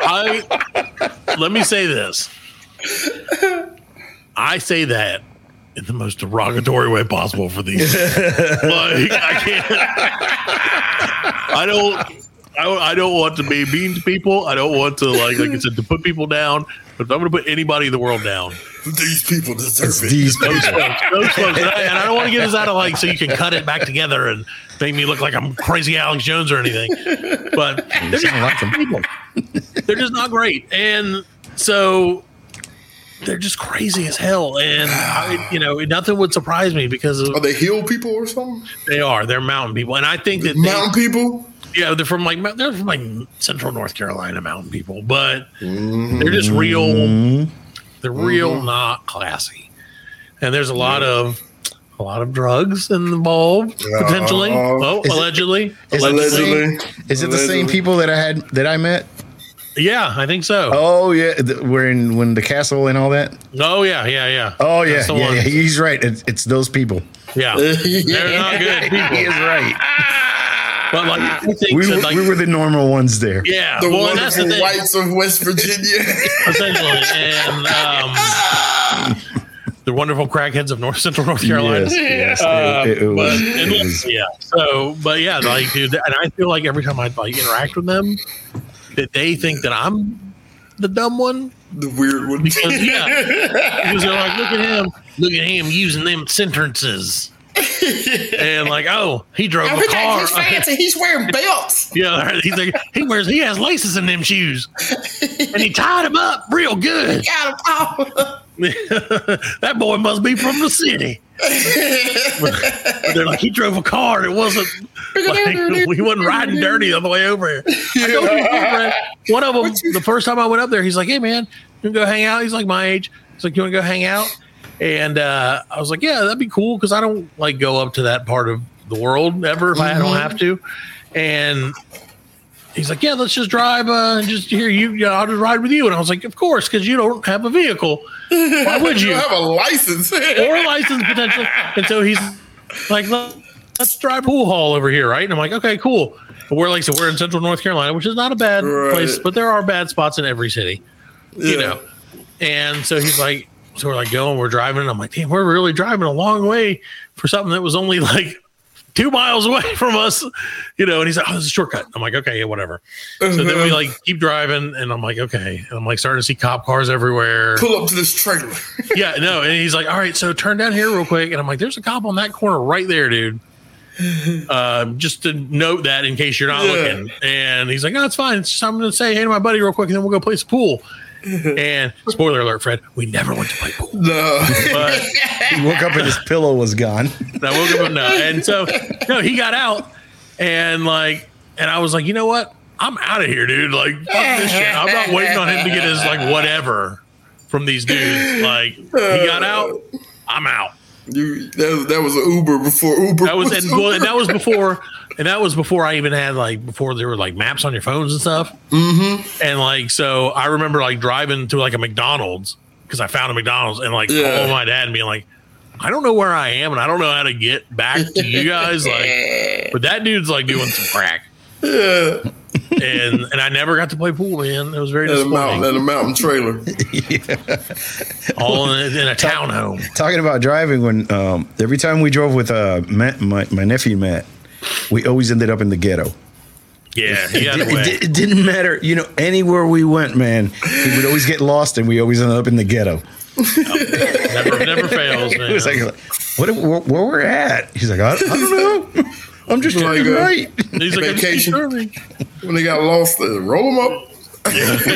[SPEAKER 6] I let me say this. I say that in the most derogatory way possible for these. people. like I can't. I don't. I don't, I don't want to be mean to people. I don't want to like like I said to put people down. But if I'm going to put anybody in the world down,
[SPEAKER 5] These people deserve it.
[SPEAKER 7] these people.
[SPEAKER 6] those folks, those folks. And I, and I don't want to get this out of like so you can cut it back together and make me look like I'm crazy Alex Jones or anything. But they're just
[SPEAKER 7] Sound like them.
[SPEAKER 6] they're just not great and so they're just crazy as hell and I, you know nothing would surprise me because
[SPEAKER 5] Are
[SPEAKER 6] of,
[SPEAKER 5] they hill people or something?
[SPEAKER 6] they are they're mountain people and i think that
[SPEAKER 5] Mountain
[SPEAKER 6] they,
[SPEAKER 5] people?
[SPEAKER 6] yeah they're from like mou- they're from like central north carolina mountain people but they're just
[SPEAKER 7] Mm-hmm.
[SPEAKER 6] real they're real not classy and there's a lot of a lot of drugs involved potentially
[SPEAKER 5] Uh,
[SPEAKER 6] oh
[SPEAKER 7] Uh-huh. is it-
[SPEAKER 6] allegedly
[SPEAKER 7] Is it the
[SPEAKER 6] allegedly
[SPEAKER 7] same- Is it the same
[SPEAKER 5] Allegedly.
[SPEAKER 7] people that I had that I met?
[SPEAKER 6] yeah i think so oh,
[SPEAKER 7] Oh yeah, th- we're in when the castle and all that.
[SPEAKER 6] yeah yeah yeah
[SPEAKER 7] Oh yeah,
[SPEAKER 6] That's the
[SPEAKER 7] yeah,
[SPEAKER 6] one.
[SPEAKER 7] yeah, he's right. It's, it's those people.
[SPEAKER 6] Yeah, they're not good
[SPEAKER 7] He is
[SPEAKER 6] people.
[SPEAKER 7] right.
[SPEAKER 6] But like, I think
[SPEAKER 7] We
[SPEAKER 6] that,
[SPEAKER 7] were,
[SPEAKER 6] like
[SPEAKER 7] we were the normal ones there.
[SPEAKER 6] yeah,
[SPEAKER 5] The
[SPEAKER 6] well, and that's the
[SPEAKER 5] wonderful
[SPEAKER 6] thing,
[SPEAKER 5] whites of West Virginia.
[SPEAKER 6] essentially, and um, the wonderful crackheads of North Central North Carolina.
[SPEAKER 7] Yes, yes, it-
[SPEAKER 6] Uh,
[SPEAKER 7] it, it was,
[SPEAKER 6] but and,
[SPEAKER 7] it was-
[SPEAKER 6] yeah, so but yeah, like dude, and I feel like every time I like interact with them, that they think that I'm the dumb one
[SPEAKER 5] the weird one.
[SPEAKER 6] because yeah, because they're like, look at him, look at him using them sentences, and like, oh, he drove a car.
[SPEAKER 5] He's wearing belts.
[SPEAKER 6] Yeah, he's like he wears he has laces in them shoes, and he tied him up real good. that boy must be from the city. But they're like he drove a car. and It wasn't like, he wasn't riding dirty on the way over here. I told you, Brad, one of them, the first time I went up there, he's like, "Hey man, you wanna go hang out?" He's like my age. He's like, "You want to go hang out?" And uh, I was like, "Yeah, that'd be cool," because I don't like go up to that part of the world ever if I
[SPEAKER 5] Mm-hmm.
[SPEAKER 6] don't have to. And he's like, "Yeah, let's just drive. Uh, and just here, you, you know, I'll just ride with you." And I was like, "Of course, because you don't have a vehicle. Why would
[SPEAKER 5] You
[SPEAKER 6] you?"
[SPEAKER 5] don't have a license.
[SPEAKER 6] or a license potential. And so he's like, "Let- let's drive pool hall over here, right? And I'm like, okay, cool. And we're like, so we're in central North Carolina, which is not a bad
[SPEAKER 5] Right.
[SPEAKER 6] place, but there are bad spots in every city,
[SPEAKER 5] Yeah.
[SPEAKER 6] you know. And so he's like, so we're like going, we're driving. And I'm like, damn, we're really driving a long way for something that was only like two miles away from us, you know. And he's like, "Oh, this is a shortcut." I'm like, "Okay, yeah, whatever." So then we
[SPEAKER 5] Uh-huh.
[SPEAKER 6] like keep driving, and I'm like, "Okay," and I'm like starting to see cop cars everywhere.
[SPEAKER 5] Pull up to this trailer.
[SPEAKER 6] yeah, no. And he's like, all right, so turn down here real quick. And I'm like, there's a cop on that corner right there, dude. Um, just to note that in case you're not
[SPEAKER 5] Yeah.
[SPEAKER 6] looking. And he's like, no, it's fine. It's just, I'm going to say hey to my buddy real quick, and then we'll go play some pool. and spoiler alert, Fred, we never went to play pool.
[SPEAKER 5] No.
[SPEAKER 6] But
[SPEAKER 7] He woke up and his pillow was gone.
[SPEAKER 6] I woke up no. And so, no, he got out, and like, and I was like, you know what? I'm out of here, dude. Like, fuck this shit. I'm not waiting on him to get his like whatever from these dudes. Like, he got out. I'm out.
[SPEAKER 5] You, that, that was an Uber before Uber.
[SPEAKER 6] That was and, well, and
[SPEAKER 5] Uber.
[SPEAKER 6] that was before, and that was before I even had like before there were like maps on your phones and stuff. Mm-hmm. And like so, I remember like driving to like a McDonald's because I found a McDonald's and like
[SPEAKER 5] Yeah.
[SPEAKER 6] calling my dad and being like, I don't know where I am and I don't know how to get back to you guys. Like, but that dude's like doing some crack. And and I never got to play pool, man. It was very
[SPEAKER 5] At a mountain,
[SPEAKER 6] disappointing.
[SPEAKER 5] at a mountain trailer.
[SPEAKER 6] All in a, in a townhome.
[SPEAKER 7] Talking about driving, when um, every time we drove with uh, Matt, my, my nephew Matt, we always ended up in the ghetto.
[SPEAKER 6] Yeah, he had
[SPEAKER 7] It,
[SPEAKER 6] a way.
[SPEAKER 7] it- it didn't matter, you know, anywhere we went, man, we would always get lost, and we always ended up in the ghetto.
[SPEAKER 6] Never, never fails, man.
[SPEAKER 7] It was like, what, where, where we're at? He's like, I, I don't know. I'm just
[SPEAKER 5] Like,
[SPEAKER 7] like,
[SPEAKER 5] uh,
[SPEAKER 7] right.
[SPEAKER 6] He's like, I'm just
[SPEAKER 5] vacation.
[SPEAKER 6] driving.
[SPEAKER 5] When they got lost, uh, roll them up.
[SPEAKER 7] once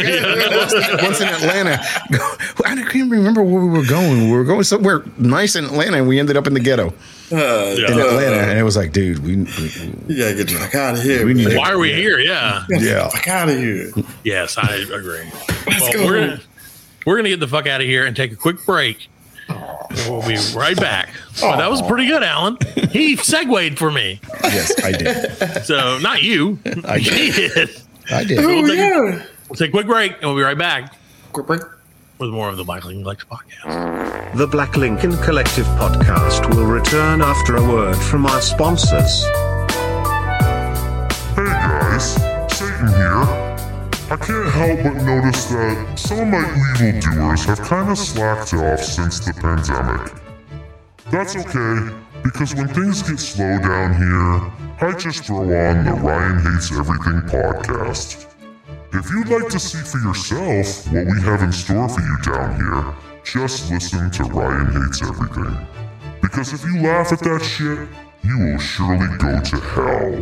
[SPEAKER 7] in Atlanta. Go, I can't remember where we were going. We were going somewhere nice in Atlanta, and we ended up in the ghetto
[SPEAKER 5] Uh,
[SPEAKER 6] Yeah.
[SPEAKER 7] in
[SPEAKER 5] uh,
[SPEAKER 7] Atlanta. And it was like, dude, we, we
[SPEAKER 5] you gotta get the fuck out of here.
[SPEAKER 7] We
[SPEAKER 5] man.
[SPEAKER 7] need-
[SPEAKER 6] Why are we here? Yeah.
[SPEAKER 7] yeah.
[SPEAKER 5] Fuck out of here.
[SPEAKER 6] Yes, I agree. well,
[SPEAKER 5] go.
[SPEAKER 6] We're gonna, we're gonna get the fuck out of here and take a quick break. We'll be right back. Well, that was pretty good, Alan. He segued for me.
[SPEAKER 7] Yes, I did.
[SPEAKER 6] So not you.
[SPEAKER 7] I
[SPEAKER 6] He
[SPEAKER 7] did.
[SPEAKER 6] did.
[SPEAKER 7] I did.
[SPEAKER 5] Oh
[SPEAKER 6] take a-
[SPEAKER 5] yeah.
[SPEAKER 6] We'll take a quick break and we'll be right back
[SPEAKER 5] Quick break.
[SPEAKER 6] with more of the Michael Inglex podcast.
[SPEAKER 8] The Black Lincoln Collective podcast will return after a word from our sponsors.
[SPEAKER 9] Hey guys, Satan here. I can't help but notice that some of my evildoers have kind of slacked off since the pandemic. That's okay, because when things get slow down here, I just throw on the Ryan Hates Everything podcast. If you'd like to see for yourself what we have in store for you down here, just listen to Ryan Hates Everything. Because if you laugh at that shit, you will surely go to hell.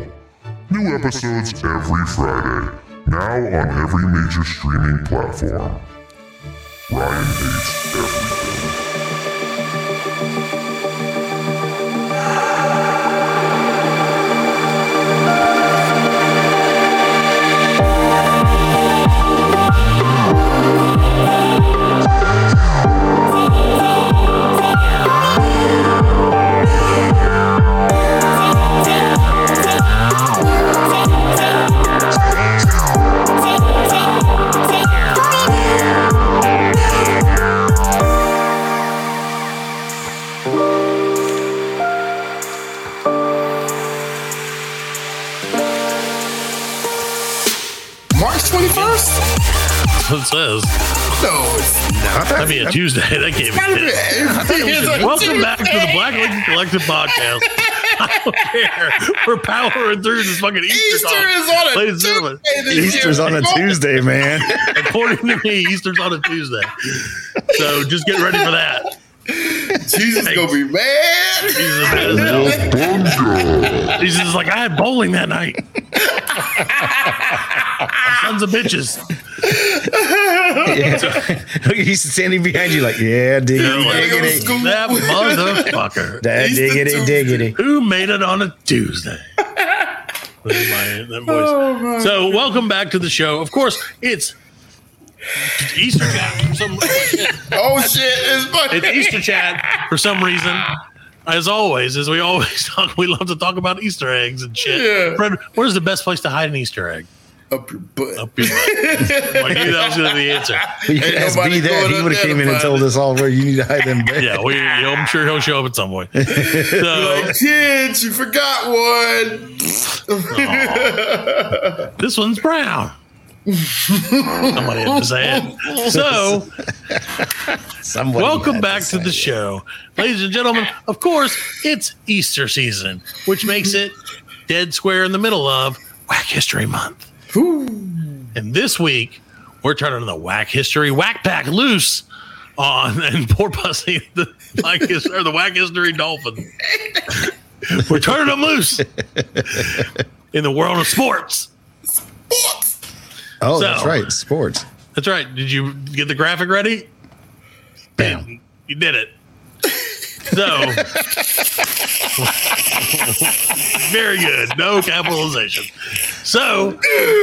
[SPEAKER 9] New episodes every Friday, now on every major streaming platform. Ryan hates everything.
[SPEAKER 5] March 21st?
[SPEAKER 6] That's what it says.
[SPEAKER 5] No, it's not.
[SPEAKER 6] That'd be a Tuesday. That can't be it. Welcome back to the Black Lincoln Collective podcast. I don't care. We're powering through this fucking Easter.
[SPEAKER 5] Easter
[SPEAKER 6] time.
[SPEAKER 5] is on a
[SPEAKER 6] Ladies and gentlemen,
[SPEAKER 5] Tuesday this
[SPEAKER 7] Easter's
[SPEAKER 5] year.
[SPEAKER 7] on a Tuesday, man.
[SPEAKER 6] According to me, Easter's on a Tuesday. So just get ready for that.
[SPEAKER 5] Jesus gonna be mad.
[SPEAKER 6] Jesus, is mad as hell. Jesus is like, I had bowling that night. Sons of bitches.
[SPEAKER 7] Yeah. He's standing behind you, like, yeah,
[SPEAKER 6] They're
[SPEAKER 7] diggity,
[SPEAKER 6] like,
[SPEAKER 5] gotta go to
[SPEAKER 7] diggity,
[SPEAKER 5] school.
[SPEAKER 6] that motherfucker.
[SPEAKER 7] that
[SPEAKER 5] Easter
[SPEAKER 7] diggity,
[SPEAKER 5] Tuesday.
[SPEAKER 7] diggity.
[SPEAKER 6] Who made it on a Tuesday? That is my- that voice.
[SPEAKER 5] Oh,
[SPEAKER 6] so, welcome back to the show. Of course, it's Easter chat. For some,
[SPEAKER 5] Oh shit, it's funny.
[SPEAKER 6] it's Easter chat for some reason. As always, as we always talk, we love to talk about Easter eggs and shit.
[SPEAKER 5] Yeah.
[SPEAKER 6] Fred, where's the best place to hide an Easter egg?
[SPEAKER 5] Up your butt.
[SPEAKER 6] Up your butt. I knew that was going to be the answer.
[SPEAKER 7] You could
[SPEAKER 5] Ain't
[SPEAKER 7] ask
[SPEAKER 5] nobody
[SPEAKER 7] B that.
[SPEAKER 5] going
[SPEAKER 7] He
[SPEAKER 5] up
[SPEAKER 7] would have
[SPEAKER 5] there
[SPEAKER 7] came
[SPEAKER 5] to
[SPEAKER 7] in and
[SPEAKER 5] find
[SPEAKER 7] told
[SPEAKER 5] it.
[SPEAKER 7] us all where you need to hide them. bags.
[SPEAKER 6] Yeah, we, I'm sure he'll show up at some point. So
[SPEAKER 5] Kids, you forgot one.
[SPEAKER 6] this one's brown. Somebody had to say it. So,
[SPEAKER 7] Somebody
[SPEAKER 6] welcome
[SPEAKER 7] had
[SPEAKER 6] back to
[SPEAKER 7] say
[SPEAKER 6] the
[SPEAKER 7] it.
[SPEAKER 6] show, ladies and gentlemen. Of course, it's Easter season, which makes it dead square in the middle of Whack History Month. And this week, we're turning the Whack History Whack Pack loose on and poor pussy the Whack His- or the Whack History Dolphin. we're turning them loose in the world of sports.
[SPEAKER 7] Oh, that's
[SPEAKER 6] So-
[SPEAKER 7] right. Sports.
[SPEAKER 6] That's right. Did you get the graphic ready?
[SPEAKER 7] Bam.
[SPEAKER 6] You did it. So very good. No capitalization. So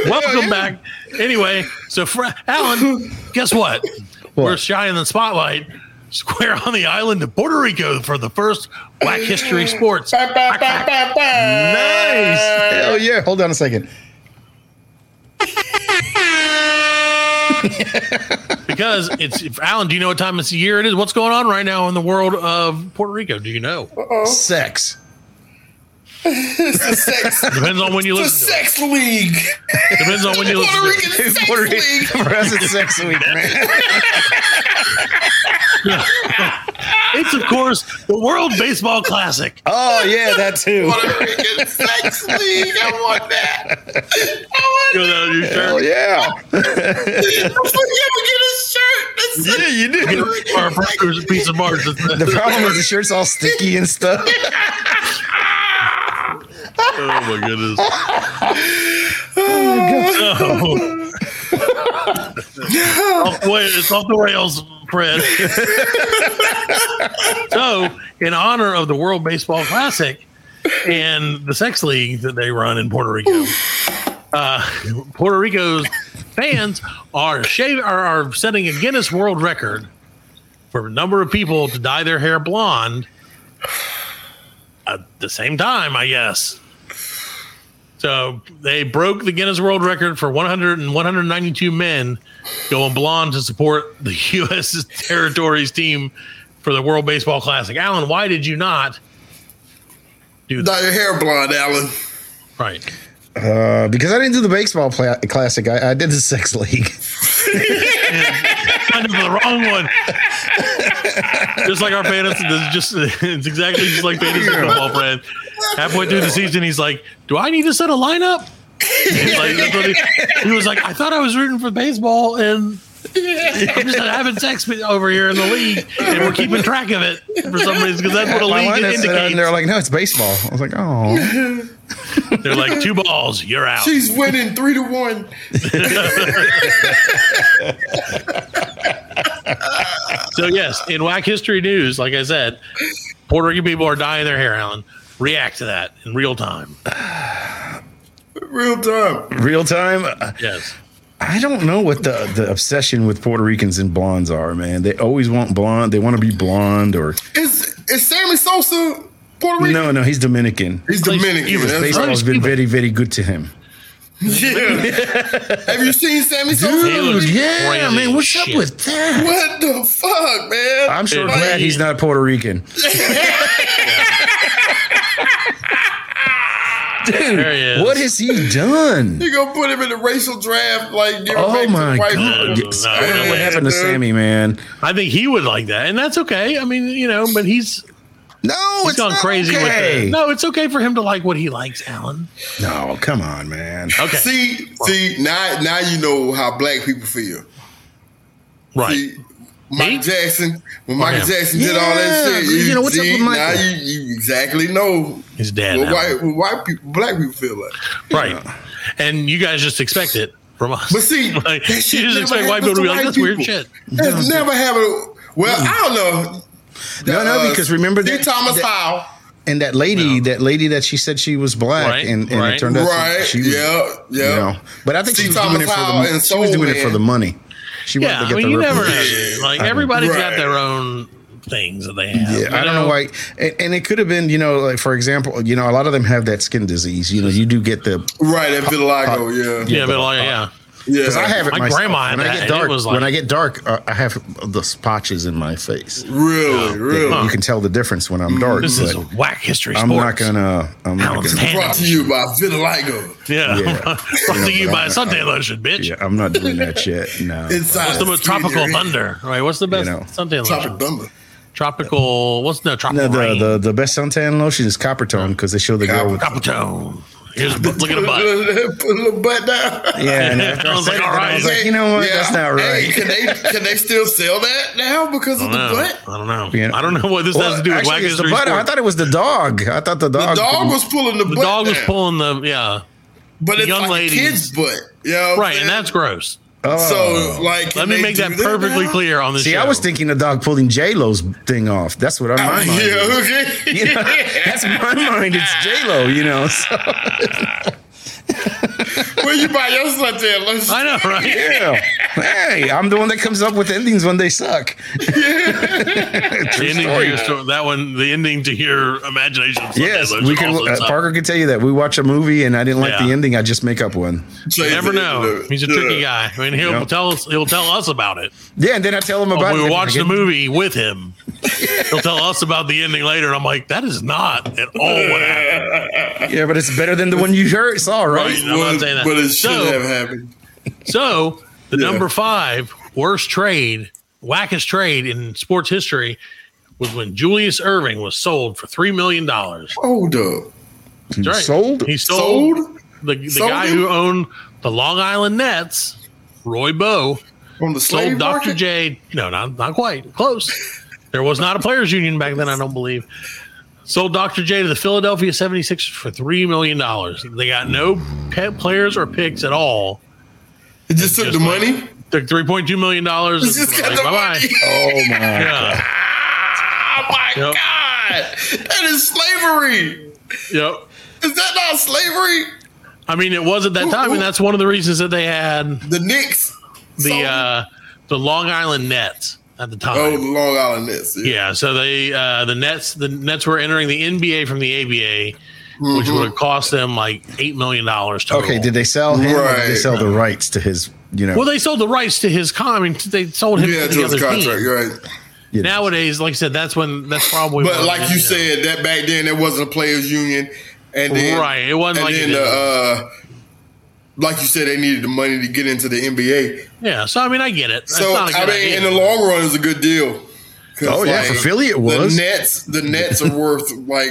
[SPEAKER 6] welcome back. Anyway, so Fr- Alan, guess what? We're shining the spotlight square on the island of Puerto Rico for the first Black History Sports. Nice.
[SPEAKER 7] Hell yeah. Hold on a second.
[SPEAKER 6] Because it's if- Alan, do you know what time it's a year it is? What's going on right now in the world of Puerto Rico? Do you know?
[SPEAKER 5] Oh.
[SPEAKER 7] Sex.
[SPEAKER 5] It's a sex,
[SPEAKER 6] Depends on when you
[SPEAKER 5] it's a
[SPEAKER 6] listen to it.
[SPEAKER 5] sex league.
[SPEAKER 6] Depends on when you listen
[SPEAKER 5] Puerto
[SPEAKER 6] to it.
[SPEAKER 5] Rican is sex
[SPEAKER 7] Puerto Rican-
[SPEAKER 5] league.
[SPEAKER 7] For us, it's sex week, man.
[SPEAKER 6] It's of course the World Baseball Classic.
[SPEAKER 7] Oh yeah, that too.
[SPEAKER 5] Puerto Rican sex league. I want that.
[SPEAKER 6] You know, your shirt.
[SPEAKER 7] Hell yeah.
[SPEAKER 5] Don't forget to get a shirt. That's
[SPEAKER 7] Yeah, you do.
[SPEAKER 6] Or there's a piece of Mars.
[SPEAKER 7] The problem is the shirt's all sticky and stuff.
[SPEAKER 6] oh my goodness. Oh. Off the way- Oh, it's off the rails, Fred. so, in honor of the World Baseball Classic and the sex league that they run in Puerto Rico, uh, Puerto Rico's fans are, shav- are are setting a Guinness World Record for a number of people to dye their hair blonde at the same time, I guess. So they broke the Guinness World Record for 100 and 192 men going blonde to support the U.S. territories team for the World Baseball Classic. Alan, why did you not do that?
[SPEAKER 5] Dye your hair blonde, Alan.
[SPEAKER 6] Right.
[SPEAKER 7] Uh, because I didn't do the baseball pla- classic, I, I did the sex league.
[SPEAKER 6] Kind of the wrong one. just like our fantasy, this is just it's exactly just like fantasy football, Fred. Halfway through the season, he's like, "Do I need to set a lineup?" He's like, that's what he, he was like, "I thought I was rooting for baseball, and I'm just having sex with- over here in the league, and we're keeping track of it for some reason because that's what a
[SPEAKER 7] My
[SPEAKER 6] league
[SPEAKER 7] lineup said, uh,
[SPEAKER 6] indicates."
[SPEAKER 7] and they're like, no, it's baseball. I was like, oh,
[SPEAKER 6] they're like, two balls, you're out.
[SPEAKER 5] She's winning three to one.
[SPEAKER 6] So yes, in whack history news, like I said, Puerto Rican people are dyeing their hair. Alan, react to that in real time.
[SPEAKER 5] Real time.
[SPEAKER 7] real time. Uh,
[SPEAKER 6] Yes.
[SPEAKER 7] I don't know what the, the obsession with Puerto Ricans and blondes are, man. They always want blonde. They want to be blonde or
[SPEAKER 5] Is is Sammy Sosa Puerto Rican?
[SPEAKER 7] no, no. He's Dominican.
[SPEAKER 5] He's Dominican.
[SPEAKER 6] he was
[SPEAKER 5] that's
[SPEAKER 6] based
[SPEAKER 5] right.
[SPEAKER 7] Baseball's been very, very good to him.
[SPEAKER 5] Yeah. Have you seen Sammy
[SPEAKER 6] He
[SPEAKER 5] Sosa?
[SPEAKER 6] looks crazy as shit.
[SPEAKER 7] that?
[SPEAKER 5] What the fuck, man?
[SPEAKER 7] I'm sure
[SPEAKER 6] Dude,
[SPEAKER 7] glad
[SPEAKER 6] he-
[SPEAKER 7] he's not Puerto Rican.
[SPEAKER 6] There he is.
[SPEAKER 7] What has he done?
[SPEAKER 5] you gonna put him in the racial draft? Like, give him back
[SPEAKER 7] Oh
[SPEAKER 5] to
[SPEAKER 7] my
[SPEAKER 5] white
[SPEAKER 7] god!
[SPEAKER 5] people?
[SPEAKER 7] Yes. I
[SPEAKER 6] no,
[SPEAKER 7] don't know
[SPEAKER 6] no
[SPEAKER 7] what
[SPEAKER 6] way.
[SPEAKER 7] happened to Sammy, man.
[SPEAKER 6] I think he would like that, and that's okay. I mean, you know, but he's he's
[SPEAKER 7] No, it's
[SPEAKER 6] gone
[SPEAKER 7] not
[SPEAKER 6] crazy with
[SPEAKER 7] okay.
[SPEAKER 6] it. No, it's okay for him to like what he likes, Alan.
[SPEAKER 7] No, come on, man.
[SPEAKER 6] Okay,
[SPEAKER 5] See, see, now, now you know how black people feel.
[SPEAKER 6] right.
[SPEAKER 5] See, Michael
[SPEAKER 6] Me?
[SPEAKER 5] Jackson, when Michael
[SPEAKER 6] him.
[SPEAKER 5] Jackson did all that
[SPEAKER 7] Yeah,
[SPEAKER 5] shit,
[SPEAKER 7] you know, what's up with
[SPEAKER 5] Now
[SPEAKER 7] Michael?
[SPEAKER 5] you, you exactly know
[SPEAKER 6] His dad,
[SPEAKER 5] what white, what
[SPEAKER 6] Alan.
[SPEAKER 5] white people, black people feel like.
[SPEAKER 6] right? And you guys just expect it from us.
[SPEAKER 5] But see,
[SPEAKER 6] Like,
[SPEAKER 5] that shit
[SPEAKER 6] you just
[SPEAKER 5] never
[SPEAKER 6] expect white
[SPEAKER 5] happens
[SPEAKER 6] people to be like,
[SPEAKER 5] white
[SPEAKER 6] "That's weird
[SPEAKER 5] people.
[SPEAKER 6] shit."
[SPEAKER 5] That's never happened. Well, I don't know.
[SPEAKER 7] No, no,
[SPEAKER 5] Uh,
[SPEAKER 7] Mm. because remember
[SPEAKER 5] D.
[SPEAKER 7] that
[SPEAKER 5] Thomas
[SPEAKER 7] that-
[SPEAKER 5] Howell.
[SPEAKER 7] and that lady, that lady that she said she was black,
[SPEAKER 6] Right,
[SPEAKER 7] and, and
[SPEAKER 6] right.
[SPEAKER 7] it turned out
[SPEAKER 5] Right.
[SPEAKER 7] she, she was,
[SPEAKER 5] yeah. Yeah.
[SPEAKER 7] you know. But I think
[SPEAKER 5] See,
[SPEAKER 7] she was doing
[SPEAKER 5] Thomas
[SPEAKER 7] it for the
[SPEAKER 5] Howell
[SPEAKER 7] money.
[SPEAKER 5] and
[SPEAKER 7] She was
[SPEAKER 5] Soul
[SPEAKER 7] doing it for
[SPEAKER 5] Man.
[SPEAKER 7] the money. She wanted
[SPEAKER 6] Yeah,
[SPEAKER 7] to
[SPEAKER 6] I
[SPEAKER 7] get
[SPEAKER 6] mean,
[SPEAKER 7] the
[SPEAKER 6] you never
[SPEAKER 7] reputation.
[SPEAKER 6] like
[SPEAKER 7] I mean,
[SPEAKER 6] everybody's got
[SPEAKER 5] Right.
[SPEAKER 6] their own things that they have.
[SPEAKER 7] Yeah,
[SPEAKER 6] you
[SPEAKER 7] I don't know why, and, and it could have been, you know, like for example, you know, a lot of them have that skin disease. You know, you do get the
[SPEAKER 5] Right at Vitiligo. yeah.
[SPEAKER 6] Yeah, but like, yeah,
[SPEAKER 5] Yeah.
[SPEAKER 7] Because I have it
[SPEAKER 6] My
[SPEAKER 7] myself.
[SPEAKER 6] grandma had
[SPEAKER 7] when
[SPEAKER 6] that,
[SPEAKER 7] I get
[SPEAKER 6] and it
[SPEAKER 7] dark,
[SPEAKER 6] was
[SPEAKER 7] when
[SPEAKER 6] like-
[SPEAKER 7] I get dark, uh, I have the spotches in my face.
[SPEAKER 5] Really, really.
[SPEAKER 7] You can tell the difference when I'm dark.
[SPEAKER 6] This is
[SPEAKER 7] but
[SPEAKER 6] whack history.
[SPEAKER 7] I'm not
[SPEAKER 6] sports.
[SPEAKER 7] gonna. I'm not
[SPEAKER 6] Alan's
[SPEAKER 7] gonna.
[SPEAKER 6] hand-
[SPEAKER 5] Brought to you by vitiligo.
[SPEAKER 6] Yeah,
[SPEAKER 7] Yeah.
[SPEAKER 6] brought to you by
[SPEAKER 7] I-
[SPEAKER 6] suntan lotion, bitch.
[SPEAKER 7] Yeah, I'm not doing that shit. No.
[SPEAKER 5] Inside
[SPEAKER 6] What's the most tropical thunder? Right? What's the best
[SPEAKER 7] know.
[SPEAKER 6] suntan
[SPEAKER 5] Tropical
[SPEAKER 6] lotion?
[SPEAKER 5] thunder.
[SPEAKER 6] Tropical. What's no
[SPEAKER 7] No,
[SPEAKER 6] tropical
[SPEAKER 7] the,
[SPEAKER 6] rain?
[SPEAKER 7] the the best suntan lotion is copper tone because they show the girl with
[SPEAKER 6] Copper tone. Here's look at a butt.
[SPEAKER 5] Put a little butt down.
[SPEAKER 7] yeah. And after
[SPEAKER 6] I
[SPEAKER 7] I
[SPEAKER 6] was
[SPEAKER 7] said
[SPEAKER 6] like,
[SPEAKER 7] it,
[SPEAKER 6] all
[SPEAKER 7] then I
[SPEAKER 6] right.
[SPEAKER 7] was like, you know what?
[SPEAKER 5] Yeah.
[SPEAKER 7] That's not
[SPEAKER 5] Hey,
[SPEAKER 7] right.
[SPEAKER 5] can they can they still sell that now because of the
[SPEAKER 6] I don't know.
[SPEAKER 5] butt?
[SPEAKER 6] I don't know.
[SPEAKER 7] You know?
[SPEAKER 6] I don't know what this
[SPEAKER 7] Well,
[SPEAKER 6] has to do with
[SPEAKER 7] actually,
[SPEAKER 6] whack
[SPEAKER 7] it's the
[SPEAKER 6] history.
[SPEAKER 7] butt.
[SPEAKER 6] sports.
[SPEAKER 7] I thought it was the dog. I thought the
[SPEAKER 5] The
[SPEAKER 7] dog.
[SPEAKER 5] dog was pulling the,
[SPEAKER 6] the
[SPEAKER 5] butt.
[SPEAKER 6] dog was
[SPEAKER 5] down.
[SPEAKER 6] pulling the yeah
[SPEAKER 5] but it's
[SPEAKER 6] young
[SPEAKER 5] like
[SPEAKER 6] ladies.
[SPEAKER 5] a kid's butt. Yeah,
[SPEAKER 6] right, and that's gross.
[SPEAKER 7] Oh.
[SPEAKER 5] so like. can
[SPEAKER 6] Let me
[SPEAKER 5] they
[SPEAKER 6] make
[SPEAKER 5] do
[SPEAKER 6] that perfectly
[SPEAKER 5] now?
[SPEAKER 6] clear on this.
[SPEAKER 7] See,
[SPEAKER 6] show.
[SPEAKER 7] I was thinking the dog pulling J Lo's thing off. That's what I mind.
[SPEAKER 5] Yeah, okay.
[SPEAKER 7] You know, that's my mind. It's J Lo. You know. So,
[SPEAKER 5] Where you buy your suntan lotion?
[SPEAKER 6] I know, right?
[SPEAKER 7] yeah. Hey, I'm the one that comes up with endings when they suck.
[SPEAKER 6] The ending to your story, that one, the ending to your imagination. of Sunday
[SPEAKER 7] Yes,
[SPEAKER 6] Lotion
[SPEAKER 7] we can.
[SPEAKER 6] also
[SPEAKER 7] Uh,
[SPEAKER 6] sucked.
[SPEAKER 7] Parker could tell you that we watch a movie and I didn't like
[SPEAKER 6] Yeah.
[SPEAKER 7] the ending. I just make up one.
[SPEAKER 5] Change
[SPEAKER 6] You never
[SPEAKER 5] the
[SPEAKER 6] know.
[SPEAKER 5] internet.
[SPEAKER 6] He's a
[SPEAKER 5] Yeah.
[SPEAKER 6] tricky guy. I mean, he'll
[SPEAKER 7] Yeah.
[SPEAKER 6] tell us. He'll tell us about it.
[SPEAKER 7] Yeah, and then I tell him about.
[SPEAKER 6] Oh, we
[SPEAKER 7] it.
[SPEAKER 6] will watch the
[SPEAKER 7] Again,
[SPEAKER 6] movie with him. He'll tell us about the ending later, and I'm like, that is not at all what happened.
[SPEAKER 7] Yeah, but it's better than the one you heard saw, right?
[SPEAKER 6] Right. I'm not
[SPEAKER 5] But-
[SPEAKER 6] saying that.
[SPEAKER 5] But it should
[SPEAKER 6] So-
[SPEAKER 5] have happened.
[SPEAKER 6] So the
[SPEAKER 5] Yeah.
[SPEAKER 6] number five worst trade, wackest trade in sports history was when Julius Irving was sold for three million dollars.
[SPEAKER 5] Hold up.
[SPEAKER 6] Right.
[SPEAKER 7] sold?
[SPEAKER 6] He sold,
[SPEAKER 5] Sold
[SPEAKER 6] the the
[SPEAKER 5] Sold
[SPEAKER 6] guy
[SPEAKER 5] him?
[SPEAKER 6] who owned the Long Island Nets, Roy Bowe,
[SPEAKER 5] on the
[SPEAKER 6] sold
[SPEAKER 5] slave
[SPEAKER 6] Dr.
[SPEAKER 5] market?
[SPEAKER 6] J. No, not not quite. Close. There was not a players union back then, I don't believe. Sold Dr. J to the Philadelphia 76ers for $3 million. They got no pet players or picks at all.
[SPEAKER 5] It just took
[SPEAKER 6] Just
[SPEAKER 5] the
[SPEAKER 6] like-
[SPEAKER 5] money.
[SPEAKER 6] Took $3.2 million. and
[SPEAKER 5] It just got
[SPEAKER 6] like,
[SPEAKER 5] the
[SPEAKER 6] bye-bye.
[SPEAKER 5] money.
[SPEAKER 7] Oh my!
[SPEAKER 6] Yeah.
[SPEAKER 5] Oh my
[SPEAKER 6] Yep.
[SPEAKER 5] god, that is slavery.
[SPEAKER 6] Yep.
[SPEAKER 5] Is that not slavery?
[SPEAKER 6] I mean, it was at that
[SPEAKER 5] Who-
[SPEAKER 6] time,
[SPEAKER 5] who-
[SPEAKER 6] and that's one of the reasons that they had
[SPEAKER 5] The Knicks.
[SPEAKER 6] the
[SPEAKER 5] sold-
[SPEAKER 6] uh, the Long Island Nets at the time.
[SPEAKER 5] oh the Long Island Nets. Yeah.
[SPEAKER 6] Yeah, so they uh, the Nets the Nets were entering the NBA from the ABA, which
[SPEAKER 5] Mm-hmm.
[SPEAKER 6] would have cost them like eight million dollars total.
[SPEAKER 7] Okay, did they sell him? Or did they
[SPEAKER 5] Right.
[SPEAKER 7] sell the rights to his? You know,
[SPEAKER 6] Well, they sold the rights to his con. I mean, they sold him
[SPEAKER 5] Yeah,
[SPEAKER 6] to
[SPEAKER 5] to
[SPEAKER 6] the
[SPEAKER 5] his
[SPEAKER 6] other
[SPEAKER 5] contract,
[SPEAKER 6] team.
[SPEAKER 5] you're right?
[SPEAKER 7] you know.
[SPEAKER 6] Nowadays, like I said, that's when that's probably.
[SPEAKER 5] But
[SPEAKER 6] when,
[SPEAKER 5] like you
[SPEAKER 6] know,
[SPEAKER 5] said, that back then there wasn't a players union, and then
[SPEAKER 6] Right, it
[SPEAKER 5] and
[SPEAKER 6] wasn't like it
[SPEAKER 5] then
[SPEAKER 6] is.
[SPEAKER 5] the, uh, like you said, they needed the money to get into the NBA.
[SPEAKER 6] yeah. So I mean, I get it. That's
[SPEAKER 5] So
[SPEAKER 6] not a good
[SPEAKER 5] I mean,
[SPEAKER 6] idea.
[SPEAKER 5] in the long run, it's a good deal. 'Cause,
[SPEAKER 7] Oh, yeah, for Philly it was.
[SPEAKER 5] The Nets, the Nets are worth like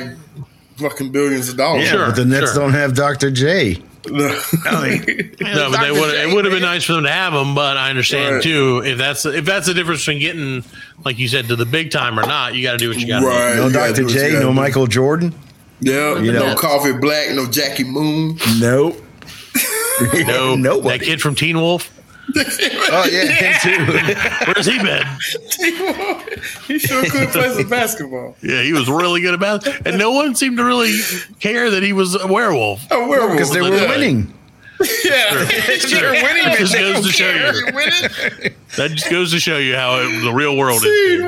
[SPEAKER 5] fucking billions of dollars.
[SPEAKER 7] yeah,
[SPEAKER 6] sure,
[SPEAKER 7] but the Nets
[SPEAKER 6] sure.
[SPEAKER 7] don't have Dr. J.
[SPEAKER 6] no, but they
[SPEAKER 7] Dr.
[SPEAKER 6] would.
[SPEAKER 7] J,
[SPEAKER 6] It would have been
[SPEAKER 7] man.
[SPEAKER 6] nice for them to have him. But I understand
[SPEAKER 5] Right.
[SPEAKER 6] too if that's if that's the difference between getting, like you said, to the big time or not. You got to do what you got to do.
[SPEAKER 5] Right.
[SPEAKER 7] No
[SPEAKER 5] you gotta do
[SPEAKER 7] Dr.
[SPEAKER 5] what you
[SPEAKER 7] J.
[SPEAKER 5] gotta
[SPEAKER 7] No
[SPEAKER 5] do.
[SPEAKER 7] Michael Jordan.
[SPEAKER 5] Yeah.
[SPEAKER 7] You know.
[SPEAKER 5] No Coffee Black. No Jackie Moon.
[SPEAKER 7] Nope.
[SPEAKER 6] No,
[SPEAKER 7] Nobody.
[SPEAKER 6] that kid from Teen Wolf.
[SPEAKER 7] Oh yeah, him too.
[SPEAKER 6] Where's he been?
[SPEAKER 5] he sure could play some basketball.
[SPEAKER 6] Yeah, he was really good about it, and no one seemed to really care that he was a werewolf.
[SPEAKER 5] A werewolf.
[SPEAKER 7] Because they were
[SPEAKER 6] Yeah.
[SPEAKER 7] winning.
[SPEAKER 5] yeah. They're winning.
[SPEAKER 6] That
[SPEAKER 5] but
[SPEAKER 6] just
[SPEAKER 5] they
[SPEAKER 6] goes
[SPEAKER 5] don't
[SPEAKER 6] to show
[SPEAKER 5] care.
[SPEAKER 6] you.
[SPEAKER 5] They're winning.
[SPEAKER 6] That just goes to show you how it, the real world is.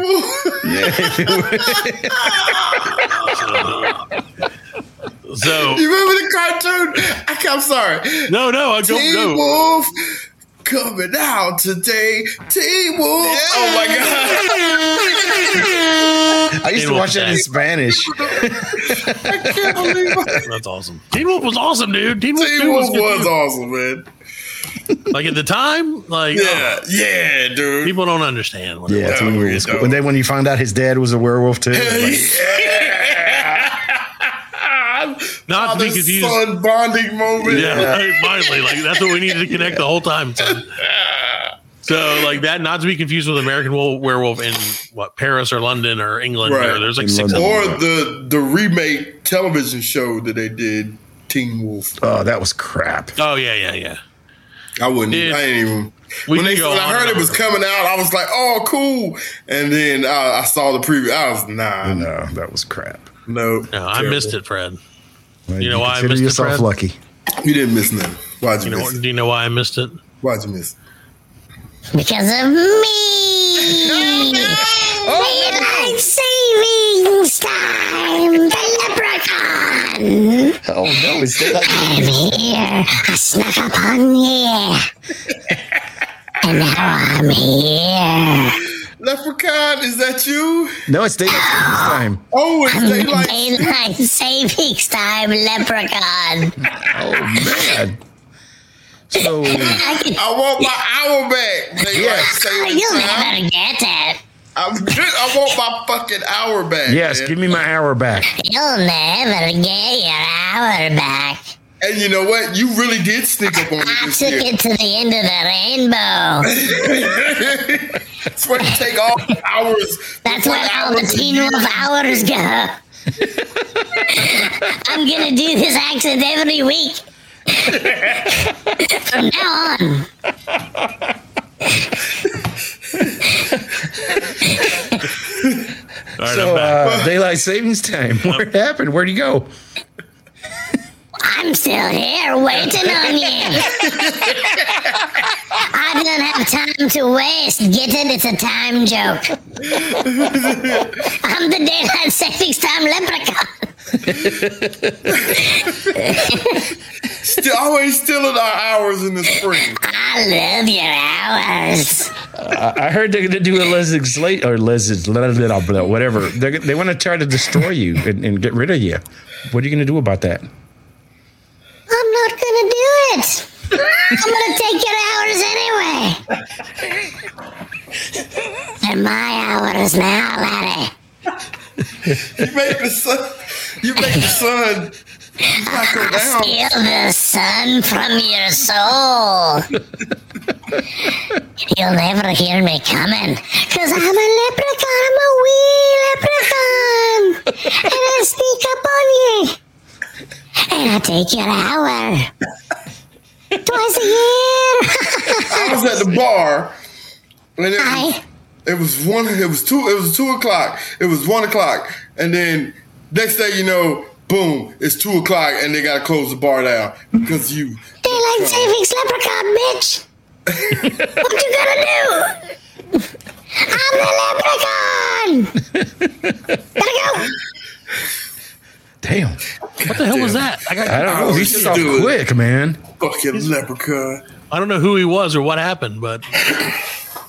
[SPEAKER 6] So
[SPEAKER 5] You remember the cartoon? I, I'm sorry.
[SPEAKER 6] no, no, I don't
[SPEAKER 5] Team
[SPEAKER 6] know.
[SPEAKER 5] Wolf coming out today. Team Wolf. Oh my god!
[SPEAKER 7] I used
[SPEAKER 6] They
[SPEAKER 7] to watch
[SPEAKER 6] were
[SPEAKER 7] that in
[SPEAKER 6] bad.
[SPEAKER 7] Spanish.
[SPEAKER 5] I can't believe it.
[SPEAKER 6] That's awesome. Teen Wolf was awesome, dude. Teen Wolf,
[SPEAKER 5] Team
[SPEAKER 6] two
[SPEAKER 5] Wolf
[SPEAKER 6] was, good,
[SPEAKER 5] was awesome, man.
[SPEAKER 6] dude. like at the time, like
[SPEAKER 5] Yeah, yeah,
[SPEAKER 6] oh,
[SPEAKER 5] dude.
[SPEAKER 6] people don't understand. What
[SPEAKER 7] Yeah,
[SPEAKER 6] yeah,
[SPEAKER 7] that's when we were in school.
[SPEAKER 5] no.
[SPEAKER 7] And then when you found out his dad was a werewolf too, like,
[SPEAKER 6] not to be confused.
[SPEAKER 5] Son bonding moment.
[SPEAKER 6] Yeah, right, finally, like that's what we needed to connect the whole time. Son. So, like that, not to be confused with American Wo- Werewolf in what Paris or London or England. Or
[SPEAKER 5] Right.
[SPEAKER 6] there's like
[SPEAKER 7] In
[SPEAKER 6] six. of
[SPEAKER 7] London.
[SPEAKER 6] them.
[SPEAKER 5] Or the the remake television show that they did, Team Wolf.
[SPEAKER 7] oh, that was crap.
[SPEAKER 6] Oh yeah, yeah, yeah.
[SPEAKER 5] I wouldn't.
[SPEAKER 6] Dude,
[SPEAKER 5] I ain't even.
[SPEAKER 6] we
[SPEAKER 5] When, they,
[SPEAKER 6] could go
[SPEAKER 5] when I
[SPEAKER 6] on
[SPEAKER 5] heard it
[SPEAKER 6] and
[SPEAKER 5] was
[SPEAKER 6] on.
[SPEAKER 5] coming out, I was like, "Oh, cool!" And then I, I saw the preview. I was, "Nah, no,
[SPEAKER 7] No, that was crap.
[SPEAKER 5] no."
[SPEAKER 6] No, I missed it, Fred.
[SPEAKER 7] Well,
[SPEAKER 6] You know why I
[SPEAKER 7] consider
[SPEAKER 6] missed it,
[SPEAKER 7] yourself
[SPEAKER 6] Fred?
[SPEAKER 7] lucky.
[SPEAKER 5] You didn't miss nothing. Why'd you,
[SPEAKER 6] You know,
[SPEAKER 5] miss?
[SPEAKER 6] what-
[SPEAKER 5] it?
[SPEAKER 6] do you know why I missed it?
[SPEAKER 5] Why'd you miss? it?
[SPEAKER 9] Because of me. Oh, We like savings time. The leprechaun on.
[SPEAKER 10] Oh no, is that
[SPEAKER 9] I'm here. I snuck up on you. and now I'm here.
[SPEAKER 5] Leprechaun, is that you?
[SPEAKER 7] No, it's daylight savings time.
[SPEAKER 5] Oh, it's
[SPEAKER 9] daylight, savings time, leprechaun.
[SPEAKER 7] oh man. So
[SPEAKER 5] I want my hour back. They
[SPEAKER 9] Yeah.
[SPEAKER 5] like
[SPEAKER 7] Oh,
[SPEAKER 5] saving
[SPEAKER 9] You'll
[SPEAKER 5] time.
[SPEAKER 9] never get it.
[SPEAKER 5] I'm good. I want my fucking hour back.
[SPEAKER 7] yes,
[SPEAKER 5] man.
[SPEAKER 7] give me my hour back.
[SPEAKER 9] You'll never get your hour back.
[SPEAKER 5] And you know what? You really did sneak up on me
[SPEAKER 9] I
[SPEAKER 5] this
[SPEAKER 9] took
[SPEAKER 5] year.
[SPEAKER 9] it to the end of the rainbow.
[SPEAKER 5] That's where you take all the hours.
[SPEAKER 9] That's where all the Teen Wolf hours go. I'm gonna do this accent every week from now on.
[SPEAKER 7] so uh, daylight savings time. What happened? Where'd you go?
[SPEAKER 9] I'm still here waiting on you. I don't have time to waste. Get it? It's a time joke. I'm the daylight savings time leprechaun.
[SPEAKER 5] Still, always stealing our hours in the spring.
[SPEAKER 9] I love your hours.
[SPEAKER 7] I I heard they're going to do a Leslie's late or Leslie's blah, blah, blah, blah, whatever. They're, they want to try to destroy you and, and get rid of you. What are you going to do about that?
[SPEAKER 9] I'm not gonna do it. I'm gonna take your hours anyway. They're my hours now, laddie.
[SPEAKER 5] You make the sun. You make the sun. go down.
[SPEAKER 9] I steal the sun from your soul. You'll never hear me coming, cause I'm a leprechaun. I'm a wee leprechaun, and I sneak up on you, and I take your hour twice a year.
[SPEAKER 5] I was at the bar, and it was, it was one. It was two. It was two o'clock. It was one o'clock, and then next day, you know, boom, it's two o'clock, and they gotta close the bar down because you.
[SPEAKER 9] Daylight savings leprechaun, bitch! what you gonna do? I'm the leprechaun! Gotta go!
[SPEAKER 7] Damn.
[SPEAKER 6] What the hell was that? I, got,
[SPEAKER 7] I don't know. He just off quick, man.
[SPEAKER 5] Fucking leprechaun.
[SPEAKER 6] I don't know who he was or what happened, but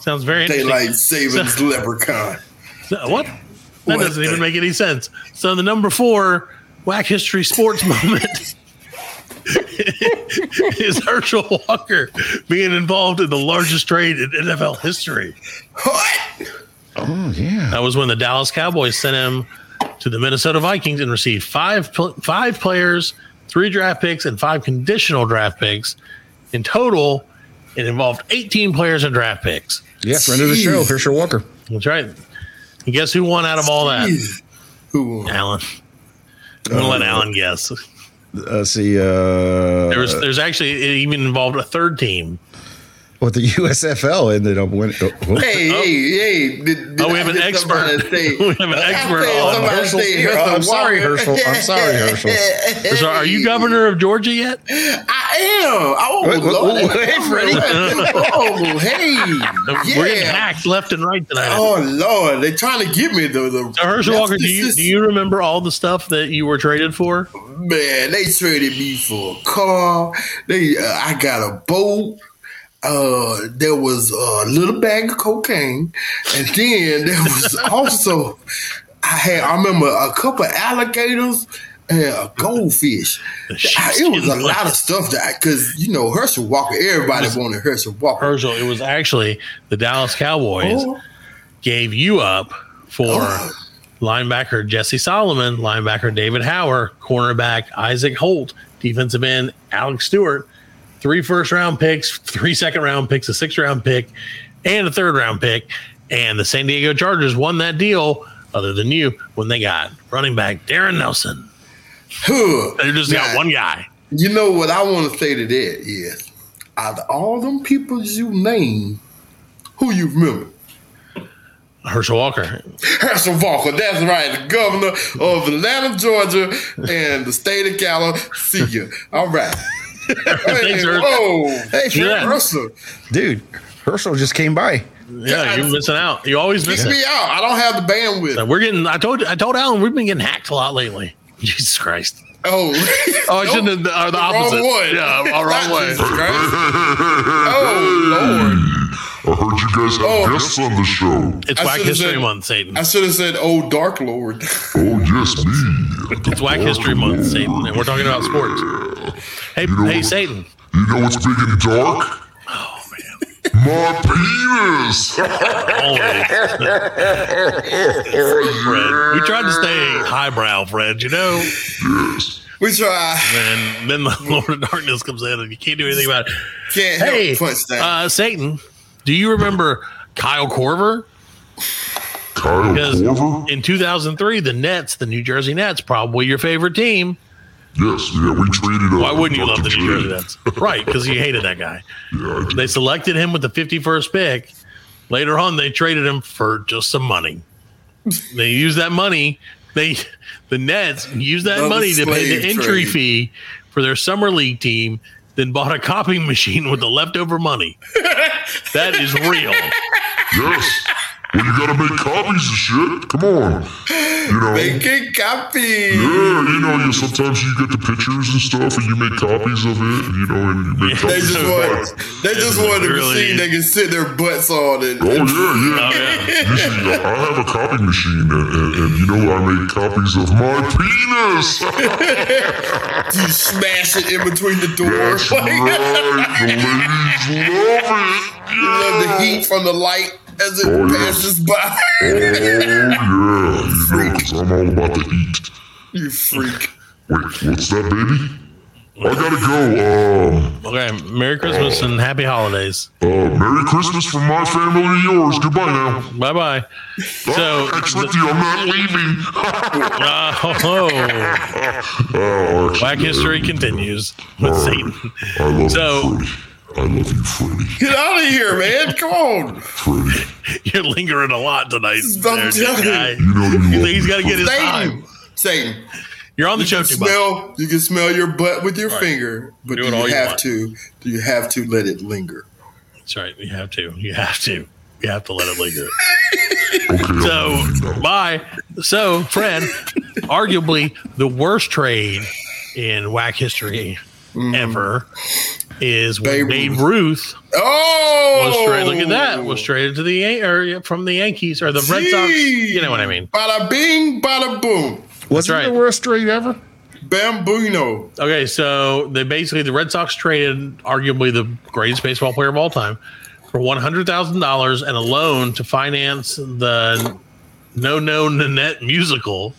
[SPEAKER 6] sounds very interesting.
[SPEAKER 5] Daylight savings leprechaun.
[SPEAKER 6] So- What? That doesn't even make any sense. So the number four whack history sports moment is Herschel Walker being involved in the largest trade in NFL history.
[SPEAKER 7] Oh yeah,
[SPEAKER 6] that was when the Dallas Cowboys sent him to the Minnesota Vikings and received five pl- five players, three draft picks, and five conditional draft picks. In total, it involved 18 players and draft picks.
[SPEAKER 7] Yeah, friend of the show,
[SPEAKER 6] Jeez.
[SPEAKER 7] Herschel Walker.
[SPEAKER 6] That's right. And guess who won out of all that?
[SPEAKER 5] Who
[SPEAKER 6] won? Alan. I'm gonna let Alan guess.
[SPEAKER 7] Uh, see, uh, there
[SPEAKER 6] There was, there's actually it even involved a third team.
[SPEAKER 7] what the USFL ended up winning. Oh, whoa.
[SPEAKER 5] Hey, hey, hey! Did, did
[SPEAKER 6] Oh, we have an expert. we have an expert on Herschel.
[SPEAKER 7] I'm sorry, Herschel. I'm sorry, Herschel.
[SPEAKER 6] Is- Are you governor of Georgia yet?
[SPEAKER 5] I am. Oh,
[SPEAKER 6] Wait, wait,
[SPEAKER 5] Lord.
[SPEAKER 6] wait,
[SPEAKER 5] I'm
[SPEAKER 6] Freddy.
[SPEAKER 5] ready. Oh, hey.
[SPEAKER 6] Uh, We're getting
[SPEAKER 5] yeah.
[SPEAKER 6] hacked left and right tonight.
[SPEAKER 5] Oh, Lord. They're trying to get me. The, the
[SPEAKER 6] So Herschel
[SPEAKER 5] That's-
[SPEAKER 6] Walker, do
[SPEAKER 5] this
[SPEAKER 6] you
[SPEAKER 5] is-
[SPEAKER 6] do you remember all the stuff that you were traded for?
[SPEAKER 5] Man, they traded me for a car. They, uh, I got a boat. Uh, there was a little bag of cocaine, and then there was also I had I remember a couple alligators and a goldfish. I- it was a lot of stuff that because you know Herschel Walker, everybody wanted Herschel Walker.
[SPEAKER 6] Herschel, it was actually the Dallas Cowboys gave you up for linebacker Jesse Solomon, linebacker David Howard, cornerback Isaac Holt, defensive end Alex Stewart, three first round picks, three second round picks, a sixth round pick, and a third round pick. And the San Diego Chargers won that deal, other than you, when they got running back Darren Nelson. They just got one guy.
[SPEAKER 5] You know what I want to say to that is, out of all them people you name, who you remember?
[SPEAKER 6] Herschel Walker.
[SPEAKER 5] Herschel Walker, that's right, the governor of Atlanta, Georgia, and the state of California. All right. hey, whoa. Hey,
[SPEAKER 7] Yeah.
[SPEAKER 5] Herschel.
[SPEAKER 7] dude, Herschel just came by.
[SPEAKER 6] Yeah, you're missing out. You always miss
[SPEAKER 5] Get me
[SPEAKER 6] it.
[SPEAKER 5] out. I don't have the bandwidth.
[SPEAKER 6] We're getting. I told. I told Alan we've been getting hacked a lot lately. Jesus Christ.
[SPEAKER 5] Oh,
[SPEAKER 6] oh, I shouldn't have. Or the,
[SPEAKER 5] the wrong
[SPEAKER 6] opposite.
[SPEAKER 5] one.
[SPEAKER 6] Yeah, or wrong way.
[SPEAKER 9] oh, Lord. I heard you guys have
[SPEAKER 5] Oh.
[SPEAKER 9] guests on the show.
[SPEAKER 6] It's Black History Month, Satan.
[SPEAKER 5] I should have said, "Oh, Dark Lord."
[SPEAKER 9] Oh, yes, me.
[SPEAKER 6] It's Black History Month, Satan, and we're talking about sports. Hey, hey, Satan.
[SPEAKER 9] You know what's big and dark? Oh, man. My penis!
[SPEAKER 6] Fred, we tried to stay highbrow, Fred. You know,
[SPEAKER 5] we try.
[SPEAKER 6] And then the Lord of Darkness comes in, and you can't do anything about it.
[SPEAKER 5] Can't help
[SPEAKER 6] hey,
[SPEAKER 5] punch that.
[SPEAKER 6] Uh, Satan, do you remember Kyle Corver?
[SPEAKER 9] Kyle
[SPEAKER 6] Because in 2003, the Nets, the New Jersey Nets, probably your favorite team.
[SPEAKER 9] Yes, yeah, we traded up.
[SPEAKER 6] Why wouldn't you love the New Jersey
[SPEAKER 9] J.
[SPEAKER 6] Nets? Right, because you hated that guy. They selected him with the 51st pick. Later on, they traded him for just some money. They used that money. They the Nets used that
[SPEAKER 5] Another
[SPEAKER 6] money to pay the
[SPEAKER 5] slave
[SPEAKER 6] entry
[SPEAKER 5] trade.
[SPEAKER 6] fee for their summer league team. Then bought a copying machine with the leftover money. that is real.
[SPEAKER 9] Yes. Well, you gotta make copies of shit. Come on. You know.
[SPEAKER 5] They can copy.
[SPEAKER 9] yeah, you know, you sometimes you get the pictures and stuff, and you make copies of it, and, you know, and you make
[SPEAKER 5] They
[SPEAKER 9] copies
[SPEAKER 5] just
[SPEAKER 9] of
[SPEAKER 5] want.
[SPEAKER 9] it.
[SPEAKER 5] They just want a
[SPEAKER 6] Really?
[SPEAKER 5] machine they can sit their butts on and.
[SPEAKER 9] Oh yeah, yeah. You should, I have a copy machine, and, and, and you know, I make copies of my penis.
[SPEAKER 5] you smash it in between the door.
[SPEAKER 9] That's right. The ladies love it.
[SPEAKER 5] You love the heat from the light as it
[SPEAKER 9] Oh, yeah.
[SPEAKER 5] passes by.
[SPEAKER 9] Oh yeah, you know, 'cause I'm all about the heat.
[SPEAKER 5] you freak.
[SPEAKER 9] Wait, what's that, baby? I gotta go. Um.
[SPEAKER 6] Okay, Merry Christmas and Happy Holidays.
[SPEAKER 9] Uh, Merry Christmas from my family to yours. Goodbye now.
[SPEAKER 6] Bye bye. So, uh,
[SPEAKER 9] I tricked you. I'm not leaving.
[SPEAKER 6] oh,
[SPEAKER 9] Oh, actually,
[SPEAKER 6] Black History continues with Satan.
[SPEAKER 9] I love
[SPEAKER 6] So-
[SPEAKER 9] you, Freddy. I love you, Freddy.
[SPEAKER 5] Get out of here, man. Come on.
[SPEAKER 9] Freddy.
[SPEAKER 6] You're lingering a lot tonight.
[SPEAKER 5] I'm
[SPEAKER 6] there,
[SPEAKER 5] telling you.
[SPEAKER 6] guy.
[SPEAKER 9] You know you
[SPEAKER 6] You
[SPEAKER 9] love
[SPEAKER 6] think he's
[SPEAKER 9] me,
[SPEAKER 6] got to get his time?
[SPEAKER 5] Satan. Satan.
[SPEAKER 6] You're on the show too, bud.
[SPEAKER 5] Smell you can smell your butt with your finger, but
[SPEAKER 6] Do
[SPEAKER 5] do,
[SPEAKER 6] it
[SPEAKER 5] you
[SPEAKER 6] all you
[SPEAKER 5] have
[SPEAKER 6] want.
[SPEAKER 5] to do you have to let it linger?
[SPEAKER 6] That's right. You have to. You have to. You have to let it linger.
[SPEAKER 9] Freddy. Okay,
[SPEAKER 6] So, bye. So, Fred, arguably the worst trade in whack history ever is when
[SPEAKER 5] Mm. Babe
[SPEAKER 6] Babe Ruth
[SPEAKER 5] Oh
[SPEAKER 6] was traded. Look at that. Was traded to the Yan- or from the Yankees or the Red Sox.
[SPEAKER 5] Gee.
[SPEAKER 6] You know what I mean?
[SPEAKER 5] Bada bing, bada boom.
[SPEAKER 7] Was it
[SPEAKER 6] right.
[SPEAKER 7] the worst trade ever?
[SPEAKER 5] Bambino.
[SPEAKER 6] Okay, so they basically the Red Sox traded arguably the greatest baseball player of all time for one hundred thousand dollars and a loan to finance the No No Nanette musical.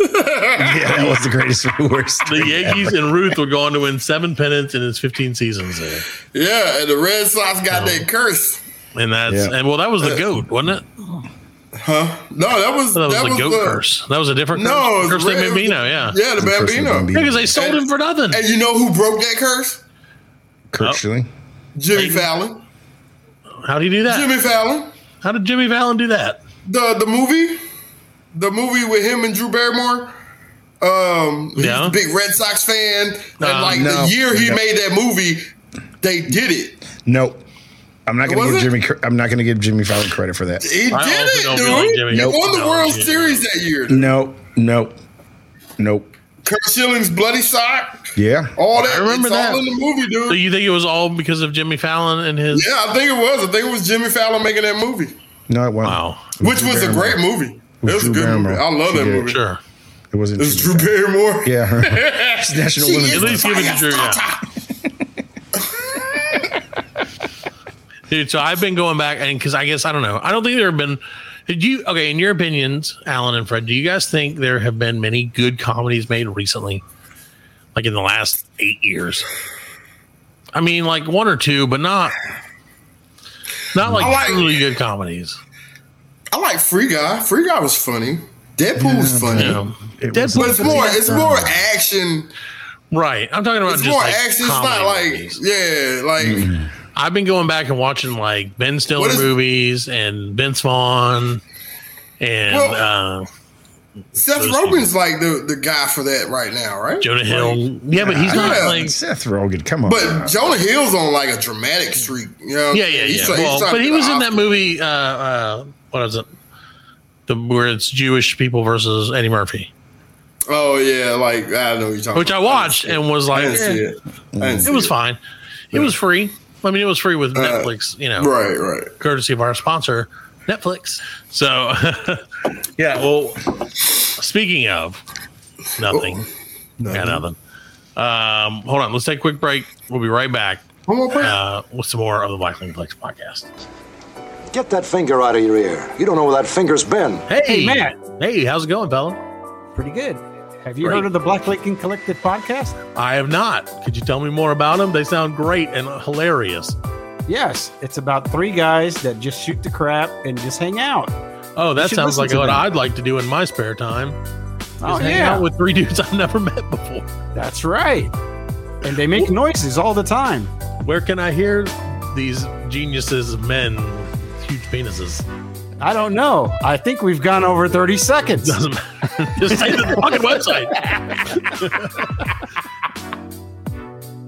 [SPEAKER 7] Yeah, Oh. that was the greatest worst.
[SPEAKER 6] The Yankees and Ruth were going to win seven pennants in his fifteen seasons there,
[SPEAKER 5] Yeah, and the Red Sox got that curse.
[SPEAKER 6] and that's
[SPEAKER 7] Yeah.
[SPEAKER 6] and well, that was the goat, wasn't it?
[SPEAKER 5] No, that was
[SPEAKER 6] That was the goat
[SPEAKER 5] the-
[SPEAKER 6] curse. That was a different curse.
[SPEAKER 5] No, it was
[SPEAKER 6] curse
[SPEAKER 5] Red-
[SPEAKER 6] they made Bino, yeah,
[SPEAKER 5] Yeah, the
[SPEAKER 7] Curse of
[SPEAKER 5] Bambino.
[SPEAKER 7] Bambino.
[SPEAKER 6] because they sold him for nothing.
[SPEAKER 5] And you know who broke that curse?
[SPEAKER 7] Kurt
[SPEAKER 6] Oh.
[SPEAKER 7] Schilling.
[SPEAKER 5] Jimmy
[SPEAKER 6] Satan.
[SPEAKER 5] Fallon.
[SPEAKER 6] How do you do that?
[SPEAKER 5] Jimmy Fallon.
[SPEAKER 6] How did Jimmy Fallon do that?
[SPEAKER 5] the the movie, the movie with him and Drew Barrymore. Um, he's
[SPEAKER 6] Yeah.
[SPEAKER 5] a big Red Sox fan,
[SPEAKER 6] Uh,
[SPEAKER 5] and like
[SPEAKER 7] no.
[SPEAKER 5] the year he
[SPEAKER 7] No.
[SPEAKER 5] made that movie, they did it.
[SPEAKER 7] Nope. I'm not going
[SPEAKER 5] Was
[SPEAKER 7] to give
[SPEAKER 5] it?
[SPEAKER 7] Jimmy. Cr- I'm not going to give Jimmy Fallon credit for that.
[SPEAKER 5] He
[SPEAKER 6] I
[SPEAKER 5] did
[SPEAKER 6] also don't
[SPEAKER 5] it,
[SPEAKER 6] really
[SPEAKER 5] dude.
[SPEAKER 6] give a-
[SPEAKER 5] he
[SPEAKER 7] Nope.
[SPEAKER 5] won the
[SPEAKER 6] No,
[SPEAKER 5] World
[SPEAKER 6] yeah.
[SPEAKER 5] Series that year.
[SPEAKER 7] No, no, nope.
[SPEAKER 5] Kurt Schilling's bloody sock,
[SPEAKER 7] Yeah,
[SPEAKER 5] all that.
[SPEAKER 6] I remember
[SPEAKER 5] it's
[SPEAKER 6] that.
[SPEAKER 5] all in the movie, dude.
[SPEAKER 6] So you think it was all because of Jimmy Fallon and his?
[SPEAKER 5] yeah, I think it was. I think it was Jimmy Fallon making that movie,
[SPEAKER 7] no, it wasn't.
[SPEAKER 6] Wow,
[SPEAKER 5] which was a great movie. It was a
[SPEAKER 7] Drew
[SPEAKER 5] good movie.
[SPEAKER 7] Barrymore.
[SPEAKER 5] I love
[SPEAKER 7] She
[SPEAKER 5] that
[SPEAKER 7] did.
[SPEAKER 5] movie.
[SPEAKER 6] sure.
[SPEAKER 7] It wasn't.
[SPEAKER 5] It was
[SPEAKER 7] Jimmy
[SPEAKER 5] Drew Barrymore.
[SPEAKER 7] Fallon. Yeah, her. It's National
[SPEAKER 5] She
[SPEAKER 7] Women's
[SPEAKER 5] is
[SPEAKER 6] At least
[SPEAKER 7] Month.
[SPEAKER 6] give it to Drew. Yeah. Dude, so I've been going back, and because I guess I don't know, I don't think there have been. Did you okay? In your opinions, Alan and Fred, do you guys think there have been many good comedies made recently, like in the last eight years? I mean, like one or two, but not not like,
[SPEAKER 5] I like-
[SPEAKER 6] truly good comedies.
[SPEAKER 5] I like Free Guy. Free Guy was funny. Deadpool was funny.
[SPEAKER 6] Yeah.
[SPEAKER 7] It
[SPEAKER 6] Deadpool-
[SPEAKER 7] was-
[SPEAKER 5] But it's more, it's more action.
[SPEAKER 6] Right, I'm talking about
[SPEAKER 5] It's
[SPEAKER 6] just
[SPEAKER 5] more
[SPEAKER 6] like
[SPEAKER 5] action. It's not
[SPEAKER 6] comedy Mm-hmm.
[SPEAKER 5] like
[SPEAKER 6] movies.
[SPEAKER 5] yeah, like
[SPEAKER 6] I've been going back and watching like Ben Stiller
[SPEAKER 5] What is-
[SPEAKER 6] movies and Vince Vaughn and uh,
[SPEAKER 5] Seth
[SPEAKER 6] Those
[SPEAKER 5] Rogen's like the the guy for that right now, right?
[SPEAKER 6] Jonah Hill. Yeah, but he's
[SPEAKER 5] Yeah.
[SPEAKER 6] not like
[SPEAKER 7] Seth Rogen. Come on.
[SPEAKER 5] but Jonah Hill's on like a dramatic streak. You know?
[SPEAKER 6] yeah, yeah,
[SPEAKER 5] He's
[SPEAKER 6] yeah.
[SPEAKER 5] try- he's
[SPEAKER 6] well,
[SPEAKER 5] trying
[SPEAKER 6] but
[SPEAKER 5] to
[SPEAKER 6] he
[SPEAKER 5] be
[SPEAKER 6] was
[SPEAKER 5] the
[SPEAKER 6] in that
[SPEAKER 5] Oscar.
[SPEAKER 6] movie. Uh, uh, what is it? The where it's Jewish people versus Eddie Murphy.
[SPEAKER 5] Oh yeah, like I know what you're talking.
[SPEAKER 6] which I
[SPEAKER 5] about.
[SPEAKER 6] watched and was like,
[SPEAKER 5] didn't see
[SPEAKER 6] eh,
[SPEAKER 5] it. I didn't
[SPEAKER 6] it
[SPEAKER 5] see
[SPEAKER 6] was
[SPEAKER 5] it.
[SPEAKER 6] fine. It was free. I mean, it was free with Netflix, you know,
[SPEAKER 5] Uh, right, right.
[SPEAKER 6] courtesy of our sponsor, Netflix. So, yeah. Well, speaking of nothing, got nothing. Um, hold on, let's take a quick break. We'll be right back. Uh, with some more of the Black Lincoln Flex podcast.
[SPEAKER 11] Get that finger out of your ear. You don't know where that finger's been.
[SPEAKER 6] Hey, Matt. Hey, how's it going, fella?
[SPEAKER 12] Pretty good. Have you
[SPEAKER 6] Great.
[SPEAKER 12] heard of the Black Lincoln Collective podcast?
[SPEAKER 6] I have not. Could you tell me more about them? They sound great and hilarious.
[SPEAKER 12] Yes, it's about three guys that just shoot the crap and just hang out.
[SPEAKER 6] Oh, that sounds like what
[SPEAKER 12] I.
[SPEAKER 6] I'd like to do in my spare time.
[SPEAKER 12] Oh,
[SPEAKER 6] Just hang
[SPEAKER 12] yeah.
[SPEAKER 6] out with three dudes I've never met before.
[SPEAKER 12] That's right. And they make noises all the time.
[SPEAKER 6] Where can I hear these geniuses of men with huge penises?
[SPEAKER 12] I don't know. I think we've gone over 30 seconds.
[SPEAKER 6] Doesn't matter. Just take the fucking website.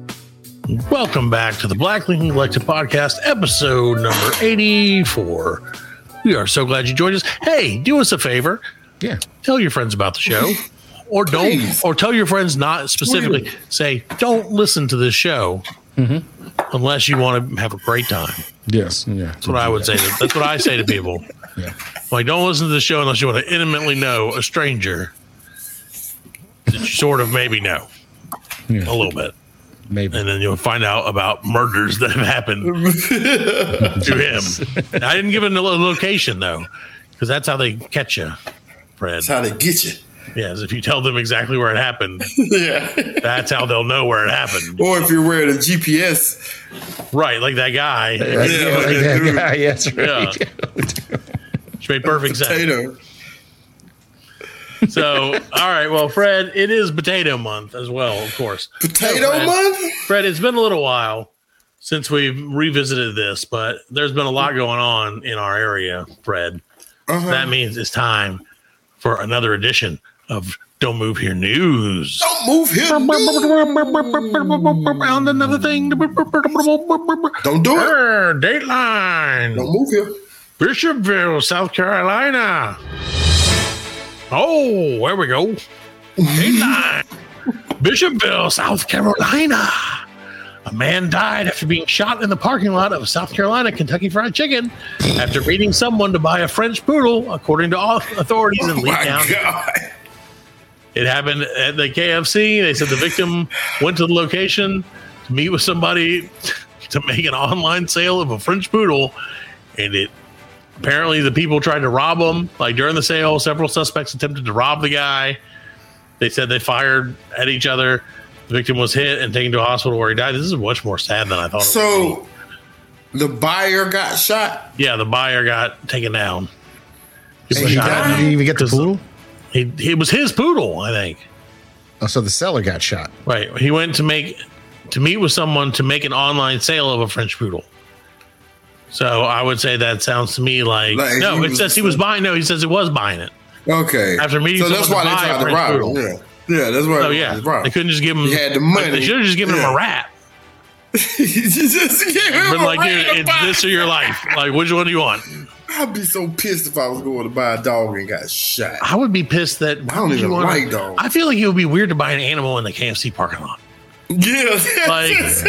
[SPEAKER 6] Welcome back to the Black Lincoln Collective podcast, episode number 84. We are so glad you joined us. Hey, do us a favor. Yeah. Tell your friends about the show. Or don't, or tell your friends not specifically. Say, don't listen to this show unless you want to have a great time.
[SPEAKER 7] Yes. Yeah.
[SPEAKER 6] That's what I would say. To, that's what I say to people. Like, don't listen to the show unless you want to intimately know a stranger that you sort of maybe know a little bit.
[SPEAKER 7] Maybe.
[SPEAKER 6] And then you'll find out about murders that have happened to him. I didn't give it a lo- location, though, because that's how they catch you, Fred. That's
[SPEAKER 5] how they get you.
[SPEAKER 6] Yes, if you tell them exactly where it happened,
[SPEAKER 5] yeah,
[SPEAKER 6] that's how they'll know where it happened.
[SPEAKER 5] Or if you're wearing a GPS,
[SPEAKER 6] Right, like that guy.
[SPEAKER 5] Yeah, yeah, like that guy, yes, right.
[SPEAKER 6] Yeah. Which made perfect sense. So, all right. Well, Fred, it is potato month as well, of course.
[SPEAKER 5] Potato
[SPEAKER 6] Fred-
[SPEAKER 5] month?
[SPEAKER 6] Fred, it's been a little while since we've revisited this, but there's been a lot going on in our area, Fred.
[SPEAKER 5] Uh-huh.
[SPEAKER 6] That means it's time for another edition of Don't Move Here News.
[SPEAKER 5] don't move him.
[SPEAKER 6] Around another thing.
[SPEAKER 5] Don't do it.
[SPEAKER 6] Dateline.
[SPEAKER 5] Don't move here.
[SPEAKER 6] Bishopville, South Carolina. Oh, there we go. Dateline. Bishopville, South Carolina. A man died after being shot in the parking lot of a South Carolina Kentucky Fried Chicken after beating someone to buy a French poodle, according to au- authorities in Lee County. It happened at the KFC. They said the victim went to the location to meet with somebody to make an online sale of a French poodle, and it apparently the people tried to rob him. Like during the sale, several suspects attempted to rob the guy. They said they fired at each other. The victim was hit and taken to a hospital where he died. This is much more sad than I thought. it would be.
[SPEAKER 5] So the buyer got shot.
[SPEAKER 6] yeah, the buyer got taken down.
[SPEAKER 7] So he died? He didn't even get the poodle.
[SPEAKER 6] He, it was his poodle, I think.
[SPEAKER 7] Oh, so the seller got shot.
[SPEAKER 6] Right. He went to make to meet with someone to make an online sale of a French poodle. So I would say that sounds to me like,
[SPEAKER 5] Like
[SPEAKER 6] no.
[SPEAKER 5] he
[SPEAKER 6] It
[SPEAKER 5] was-
[SPEAKER 6] says he was buying. No, he says it was buying it.
[SPEAKER 5] Okay.
[SPEAKER 6] After meeting,
[SPEAKER 5] so that's why
[SPEAKER 6] someone
[SPEAKER 5] they
[SPEAKER 6] to buy a
[SPEAKER 5] tried to
[SPEAKER 6] French
[SPEAKER 5] rob him.
[SPEAKER 6] poodle.
[SPEAKER 5] Yeah. Yeah, that's why.
[SPEAKER 6] Oh yeah, they couldn't just give him.
[SPEAKER 5] He had the
[SPEAKER 6] like,
[SPEAKER 5] money.
[SPEAKER 6] they should have just given him
[SPEAKER 5] Yeah.
[SPEAKER 6] a rap.
[SPEAKER 5] just gave him
[SPEAKER 6] Been
[SPEAKER 5] a
[SPEAKER 6] like, dude,
[SPEAKER 5] random
[SPEAKER 6] it's this or your life. Like, which one do you want?
[SPEAKER 5] I'd be so pissed if I was going to buy a dog and got shot.
[SPEAKER 6] I would be pissed that I
[SPEAKER 5] don't even like dogs.
[SPEAKER 6] I feel like it would be weird to buy an animal in the KFC parking lot.
[SPEAKER 5] Yeah,
[SPEAKER 6] Like, I just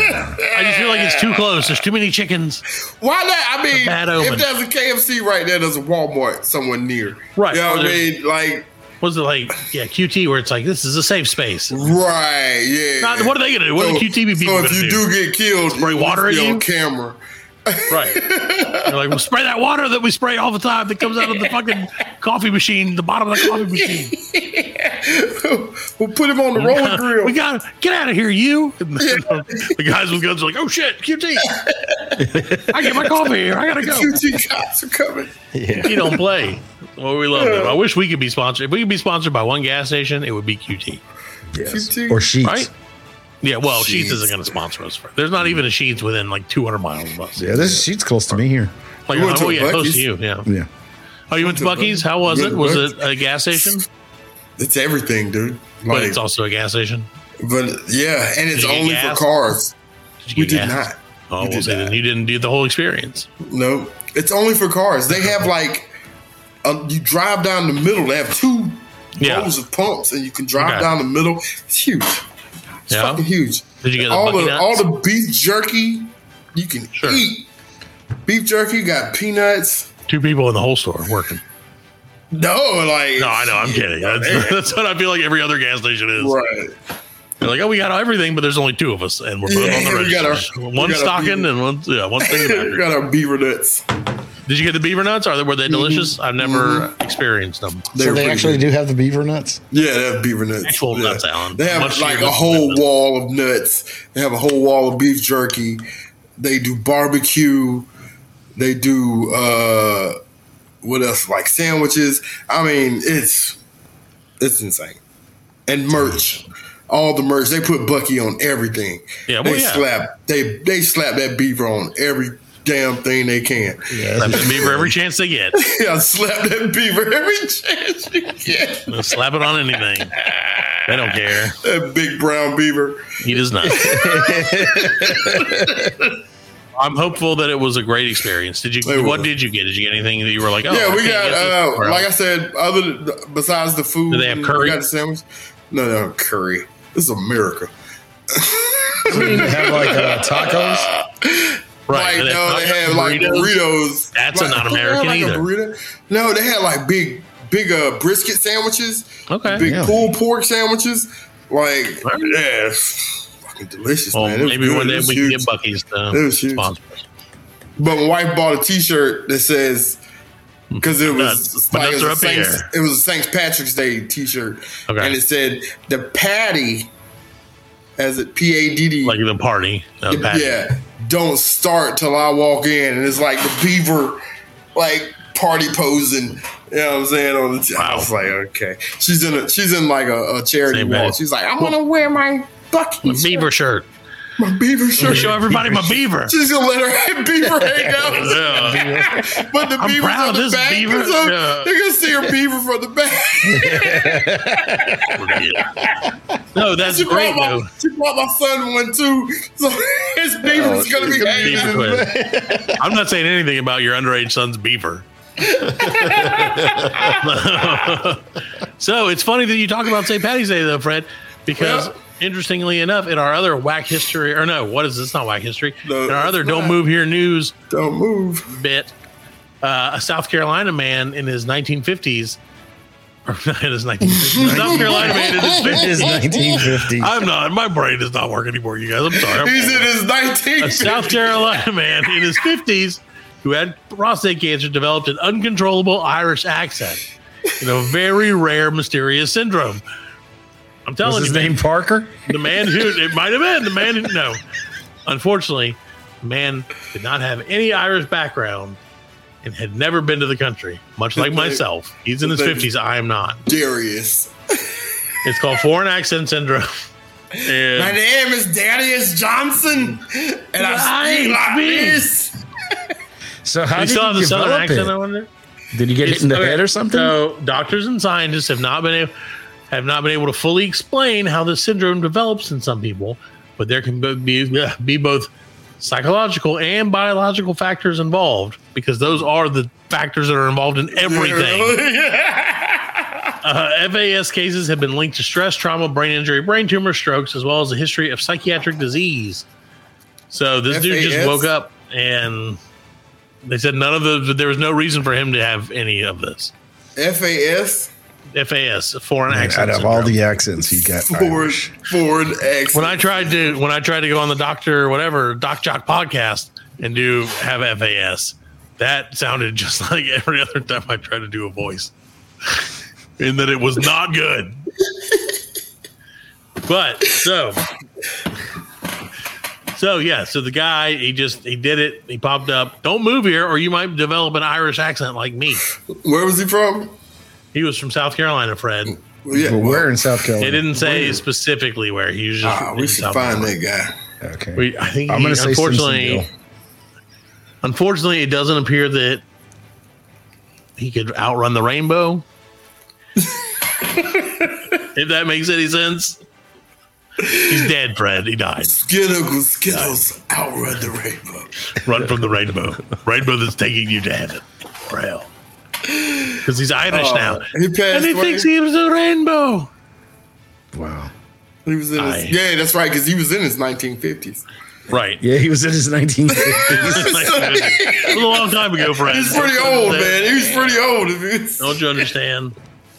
[SPEAKER 6] feel like it's too close. There's too many chickens.
[SPEAKER 5] Why not? I mean,
[SPEAKER 6] bad
[SPEAKER 5] if
[SPEAKER 6] omen.
[SPEAKER 5] there's a KFC right there, there's a Walmart somewhere near.
[SPEAKER 6] Right.
[SPEAKER 5] You know
[SPEAKER 6] Or
[SPEAKER 5] what I
[SPEAKER 6] there's-
[SPEAKER 5] mean? Like,
[SPEAKER 6] Was it like yeah, QT where it's like this is a safe space?
[SPEAKER 5] right. Yeah.
[SPEAKER 6] Not- what are they gonna do? What are the QTB people
[SPEAKER 5] So if
[SPEAKER 6] gonna
[SPEAKER 5] you
[SPEAKER 6] do?
[SPEAKER 5] do get killed,
[SPEAKER 6] Spray
[SPEAKER 5] you
[SPEAKER 6] water
[SPEAKER 5] will
[SPEAKER 6] at
[SPEAKER 5] be
[SPEAKER 6] you?
[SPEAKER 5] on camera.
[SPEAKER 6] Right. They're like, well, spray that water that we spray all the time that comes out of the fucking coffee machine, the bottom of the coffee machine.
[SPEAKER 5] we'll put him on the roller grill.
[SPEAKER 6] We got to get out of here, you. And then the guys with guns are like, oh shit, QT. I get my coffee here. I got to go.
[SPEAKER 5] QT cops are coming.
[SPEAKER 6] You don't play. Well, we love them. I wish we could be sponsored. If we could be sponsored by one gas station, it would be QT.
[SPEAKER 5] QT.
[SPEAKER 7] Or Sheets.
[SPEAKER 6] Right? Yeah, well, Sheets
[SPEAKER 7] Sheets.
[SPEAKER 6] isn't going to sponsor us. For There's not even a Sheets within like 200 miles of us.
[SPEAKER 7] Yeah, this sheet's close to me here.
[SPEAKER 6] Like,
[SPEAKER 7] You went
[SPEAKER 6] oh,
[SPEAKER 7] to
[SPEAKER 6] yeah, close
[SPEAKER 7] Buc-ee's?
[SPEAKER 6] to you. Yeah.
[SPEAKER 7] Yeah.
[SPEAKER 6] Oh, you went to Bucky's? How was
[SPEAKER 5] Yeah,
[SPEAKER 6] it? Was
[SPEAKER 5] Buc-ee's.
[SPEAKER 6] it a gas station?
[SPEAKER 5] It's everything, dude.
[SPEAKER 6] But
[SPEAKER 5] Like,
[SPEAKER 6] it's also a gas station.
[SPEAKER 5] but yeah, and it's
[SPEAKER 6] Did you get
[SPEAKER 5] only
[SPEAKER 6] gas?
[SPEAKER 5] for cars.
[SPEAKER 6] Did you
[SPEAKER 5] We
[SPEAKER 6] get
[SPEAKER 5] did
[SPEAKER 6] gas?
[SPEAKER 5] not.
[SPEAKER 6] Oh,
[SPEAKER 5] We
[SPEAKER 6] well,
[SPEAKER 5] did
[SPEAKER 6] see, then you didn't do the whole experience.
[SPEAKER 5] No, it's only for cars. They have like, a, you drive down the middle. They have two
[SPEAKER 6] Yeah.
[SPEAKER 5] rows of pumps, and you can drive
[SPEAKER 6] Okay.
[SPEAKER 5] down the middle. It's huge. It's
[SPEAKER 6] Yeah.
[SPEAKER 5] fucking huge.
[SPEAKER 6] Did you get the
[SPEAKER 5] all
[SPEAKER 6] bucky
[SPEAKER 5] the
[SPEAKER 6] nuts?
[SPEAKER 5] all the beef jerky you can eat? Beef jerky got peanuts.
[SPEAKER 6] Two people in the whole store working.
[SPEAKER 5] No, like
[SPEAKER 6] no, I know. I'm kidding. That's, that's what I feel like every other gas station is.
[SPEAKER 5] Right.
[SPEAKER 6] They're like, oh, we got everything, but there's only two of us, and we're both
[SPEAKER 5] Yeah,
[SPEAKER 6] on the
[SPEAKER 5] we got our-
[SPEAKER 6] register.
[SPEAKER 5] we
[SPEAKER 6] one
[SPEAKER 5] got our
[SPEAKER 6] stocking
[SPEAKER 5] beaver-
[SPEAKER 6] and one, yeah, one thing.
[SPEAKER 5] we got Mm-hmm. our beaver nuts.
[SPEAKER 6] Did you get the beaver nuts? Are they were they delicious? I've never
[SPEAKER 5] Mm-hmm.
[SPEAKER 6] experienced them.
[SPEAKER 7] so they actually do have the beaver nuts.
[SPEAKER 5] Yeah, they have beaver nuts.
[SPEAKER 6] Actual
[SPEAKER 5] Yeah.
[SPEAKER 6] nuts, Alan.
[SPEAKER 5] They have
[SPEAKER 6] Much to
[SPEAKER 5] like
[SPEAKER 6] your
[SPEAKER 5] a whole wall of nuts. They have a whole wall of beef jerky. They do barbecue. They do uh what else? Like sandwiches. I mean, it's it's insane. And merch. All the merch. They put Bucky on everything.
[SPEAKER 6] Yeah, well,
[SPEAKER 5] they
[SPEAKER 6] yeah.
[SPEAKER 5] slap they they slap that beaver on every damn thing they can.
[SPEAKER 6] Slap that beaver every chance they get.
[SPEAKER 5] yeah, slap that beaver every chance you get.
[SPEAKER 6] They'll slap it on anything. They don't care.
[SPEAKER 5] That big brown beaver.
[SPEAKER 6] He does not. I'm hopeful that it was a great experience. Did you? what did you get? Did you get anything that you were like? Oh,
[SPEAKER 5] yeah,
[SPEAKER 6] I
[SPEAKER 5] we
[SPEAKER 6] can't
[SPEAKER 5] got
[SPEAKER 6] get this
[SPEAKER 5] uh,
[SPEAKER 6] somewhere
[SPEAKER 5] like I
[SPEAKER 6] else?
[SPEAKER 5] said, other besides the food,
[SPEAKER 6] Do they have
[SPEAKER 5] we
[SPEAKER 6] curry?
[SPEAKER 5] got the sandwich. No, no curry. This is America.
[SPEAKER 7] We need to have like uh, tacos.
[SPEAKER 5] Right?
[SPEAKER 7] do they
[SPEAKER 5] no,
[SPEAKER 7] have
[SPEAKER 5] they had like burritos.
[SPEAKER 7] burritos? That's
[SPEAKER 5] Like,
[SPEAKER 7] not
[SPEAKER 5] do they have, like,
[SPEAKER 7] American
[SPEAKER 5] a
[SPEAKER 7] either.
[SPEAKER 5] burrito? No, they had like big, big uh, brisket sandwiches.
[SPEAKER 6] Okay.
[SPEAKER 5] Big
[SPEAKER 6] Yeah.
[SPEAKER 5] pulled pork sandwiches. Like, yeah, it's fucking delicious,
[SPEAKER 6] Well,
[SPEAKER 5] man. It was
[SPEAKER 6] maybe
[SPEAKER 5] good.
[SPEAKER 6] one
[SPEAKER 5] It
[SPEAKER 6] day
[SPEAKER 5] was
[SPEAKER 6] we can
[SPEAKER 5] huge.
[SPEAKER 6] get Bucky's to
[SPEAKER 5] It was huge.
[SPEAKER 6] sponsor.
[SPEAKER 5] But my wife bought a T-shirt that says because it was
[SPEAKER 6] Nuts. My
[SPEAKER 5] like,
[SPEAKER 6] nuts
[SPEAKER 5] it,
[SPEAKER 6] are
[SPEAKER 5] was
[SPEAKER 6] up
[SPEAKER 5] a Saint,
[SPEAKER 6] here.
[SPEAKER 5] it was a St. Patrick's Day T-shirt,
[SPEAKER 6] Okay.
[SPEAKER 5] and it said the patty as it P A D D
[SPEAKER 6] like the party. uh, The patty.
[SPEAKER 5] yeah don't start till I walk in, and it's like the beaver like party posing. You know what I'm saying? On the t- I was like, okay, she's in a she's in like a, a charity
[SPEAKER 6] Same
[SPEAKER 5] wall.
[SPEAKER 6] bag.
[SPEAKER 5] She's like, I'm gonna wear my Bucky
[SPEAKER 6] The beaver shirt.
[SPEAKER 5] my beaver shirt.
[SPEAKER 6] show everybody my beaver.
[SPEAKER 5] She's gonna let her beaver hang out.
[SPEAKER 6] Yeah.
[SPEAKER 5] But the
[SPEAKER 6] I'm
[SPEAKER 5] beaver's
[SPEAKER 6] proud
[SPEAKER 5] on
[SPEAKER 6] of
[SPEAKER 5] the
[SPEAKER 6] this
[SPEAKER 5] back.
[SPEAKER 6] beaver.
[SPEAKER 5] and So
[SPEAKER 6] Yeah.
[SPEAKER 5] They're gonna see her beaver from the back.
[SPEAKER 6] No, that's
[SPEAKER 5] she,
[SPEAKER 6] great
[SPEAKER 5] brought
[SPEAKER 6] though.
[SPEAKER 5] my, she brought my son one too. So his beaver's gonna be hanging
[SPEAKER 6] Beaver
[SPEAKER 5] in the
[SPEAKER 6] quiz.
[SPEAKER 5] back.
[SPEAKER 6] I'm not saying anything about your underage son's beaver. so it's funny that you talk about St. Patty's Day, though, Fred, because interestingly enough, in our other whack history, or no, what is this? Not whack history. in our other don't move here news,
[SPEAKER 5] don't move
[SPEAKER 6] bit, uh, a South Carolina man in his 1950s. Or not in his 1950s. a South Carolina man in his 50s.
[SPEAKER 7] His 1950s.
[SPEAKER 6] I'm not. My brain does not work anymore, you guys. I'm sorry. I'm
[SPEAKER 5] He's in his 19.
[SPEAKER 6] a South Carolina man in his 50s who had prostate cancer developed an uncontrollable Irish accent in a very rare, mysterious syndrome. I'm telling
[SPEAKER 7] Was his
[SPEAKER 6] you, man,
[SPEAKER 7] name Parker?
[SPEAKER 6] the man who it might have been the man who no, unfortunately, the man did not have any Irish background and had never been to the country, much like myself. He's in his 50s. I am not.
[SPEAKER 5] Darius.
[SPEAKER 6] It's called foreign accent syndrome. And
[SPEAKER 5] My name is Darius Johnson, and I speak
[SPEAKER 6] Right,
[SPEAKER 5] like
[SPEAKER 6] me.
[SPEAKER 5] this.
[SPEAKER 7] So how
[SPEAKER 6] You
[SPEAKER 7] did
[SPEAKER 6] still have
[SPEAKER 7] you
[SPEAKER 6] the southern
[SPEAKER 7] develop
[SPEAKER 6] accent, I
[SPEAKER 7] it?
[SPEAKER 6] wonder?
[SPEAKER 7] Did you get hit
[SPEAKER 6] It's-
[SPEAKER 7] in the
[SPEAKER 6] okay,
[SPEAKER 7] head or something?
[SPEAKER 6] So doctors and scientists have not been able, have not been able to fully explain how this syndrome develops in some people, but there can be be both psychological and biological factors involved because those are the factors that are involved in everything. Uh, FAS cases have been linked to stress, trauma, brain injury, brain tumor, strokes, as well as a history of psychiatric disease. So this dude just
[SPEAKER 5] FAS?
[SPEAKER 6] woke up and they said none of the there was no reason for him to have any of this.
[SPEAKER 5] FAS
[SPEAKER 6] FAS foreign
[SPEAKER 7] Out
[SPEAKER 6] accent.
[SPEAKER 7] of all the accents he got,
[SPEAKER 5] Ford Ford X.
[SPEAKER 6] When I tried to when I tried to go on the doctor or whatever Doc Jock podcast and do have FAS, that sounded just like every other time I tried to do a voice, in that it was not good. but so so yeah, so the guy he just he did it. He popped up. Don't move here, or you might develop an Irish accent like me.
[SPEAKER 5] Where was he from?
[SPEAKER 6] He was from South Carolina, Fred.
[SPEAKER 5] yeah,
[SPEAKER 7] but we're in South Carolina.
[SPEAKER 6] They didn't say specifically where he was. Just
[SPEAKER 5] Ah, we
[SPEAKER 6] in
[SPEAKER 5] should
[SPEAKER 6] South
[SPEAKER 5] find
[SPEAKER 6] Carolina.
[SPEAKER 5] that guy.
[SPEAKER 7] Okay.
[SPEAKER 6] We, I think
[SPEAKER 7] I'm
[SPEAKER 6] he-
[SPEAKER 7] gonna say
[SPEAKER 6] unfortunately,
[SPEAKER 7] Simpsonville.
[SPEAKER 6] unfortunately, it doesn't appear that he could outrun the rainbow. if that makes any sense, he's dead, Fred. He died.
[SPEAKER 5] Skittles, Skittles, outrun the rainbow.
[SPEAKER 6] Run from the rainbow, rainbow that's taking you to heaven or hell. because he's Irish
[SPEAKER 5] Oh,
[SPEAKER 6] now.
[SPEAKER 5] he passed
[SPEAKER 6] and he
[SPEAKER 5] away.
[SPEAKER 6] thinks he was a rainbow.
[SPEAKER 7] Wow.
[SPEAKER 5] He was in his,
[SPEAKER 6] I-
[SPEAKER 5] yeah, that's right, because he was in his 1950s.
[SPEAKER 6] Right.
[SPEAKER 7] Yeah, he was in his 1950s.
[SPEAKER 6] It was a long time ago, friend.
[SPEAKER 5] He's pretty old, man. He was pretty old.
[SPEAKER 6] Don't you understand?